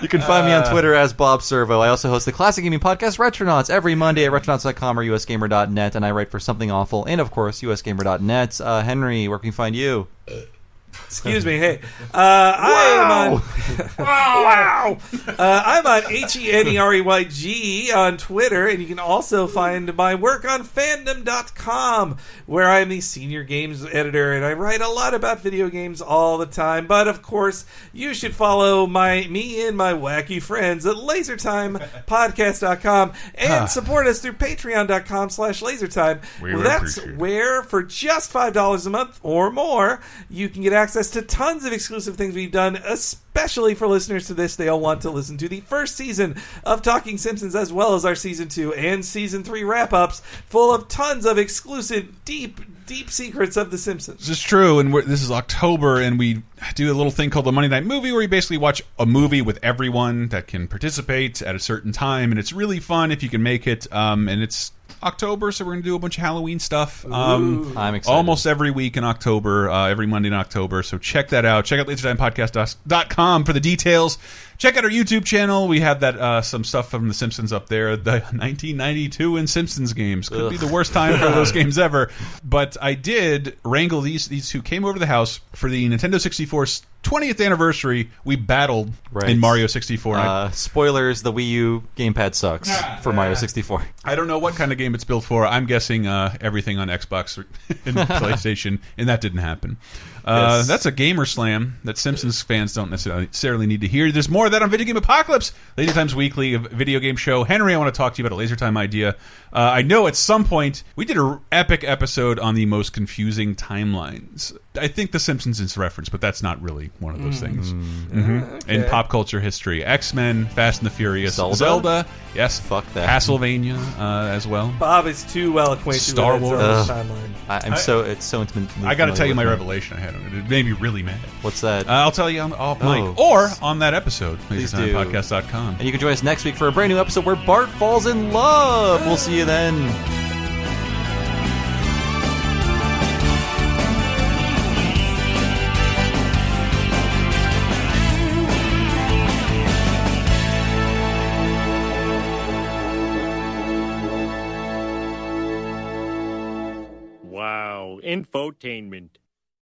C: You can find me on
U: Uh,
C: Twitter as Bob Servo. I also host the classic gaming podcast Retronauts every Monday at retronauts.com or usgamer.net, and I write for Something Awful and, of course, usgamer.net. Uh, Henry, where can we find you?
D: Excuse me. Hey, uh, I am on. wow. Uh, I'm on H E N E R E Y G on Twitter, and you can also find my work on fandom.com, where I'm the senior games editor, and I write a lot about video games all the time. But of course, you should follow my me and my wacky friends at lasertimepodcast.com and
U: Huh.
D: support us through patreon.com slash lasertime.
U: We
D: Well,
U: would
D: that's
U: appreciate it.
D: where for just $5 a month or more, you can get access to tons of exclusive things we've done, especially for listeners to this. They'll want to listen to the first season of Talking Simpsons, as well as our season two and season three wrap ups, full of tons of exclusive, deep, deep secrets of The Simpsons.
A: This is true, and we're, this is October, and we do a little thing called the Monday Night Movie, where you basically watch a movie with everyone that can participate at a certain time, and it's really fun if you can make it. Um, and it's October, so we're going to do a bunch of Halloween stuff. Um,
C: Ooh. I'm excited.
A: Almost every week in October, uh, every Monday in October. So check that out. Check out lasertimepodcast.com for the details. Check out our YouTube channel. We have that uh, some stuff from The Simpsons up there. The 1992 and Simpsons games could be
U: Ugh.
A: the worst time for those games ever. But I did wrangle these these who came over to the house for the Nintendo 64's 20th anniversary. We battled in Mario 64. and I-
C: Uh, spoilers, the Wii U gamepad sucks for Mario 64.
A: I don't know what kind of game it's built for. I'm guessing uh, everything on Xbox or- and PlayStation, and that didn't happen. Uh,
C: Yes.
A: That's a gamer slam that Simpsons fans don't necessarily need to hear. There's more of that on Video Game Apocalypse, Laser Times Weekly, a video game show. Henry, I want to talk to you about a Laser Time idea. Uh, I know at some point we did an epic episode on the most confusing timelines. I think The Simpsons is referenced, but that's not really one of those
C: Mm-hmm.
U: Mm.
A: things.
U: Mm.
A: Mhm. In
U: Okay.
A: pop culture history, X Men, Fast and the Furious,
C: Zelda?
A: Zelda yes, fuck
C: that.
A: Castlevania uh, as well.
D: Bob is too well acquainted
A: Star
D: with
A: Wars.
D: Wars.
A: Ugh.
D: timeline.
C: I, I'm so it's so intimate.
A: I got to
C: familiar
A: tell you
C: with
A: my Uh,
C: me.
A: revelation I had It made me really mad.
C: What's that?
A: I'll tell you on off mic
C: Oh.
A: or on that episode. Please
C: do.
A: Podcast.com.
C: And you can join us next week for a brand new episode where Bart falls in love. We'll see you then.
R: Wow, infotainment.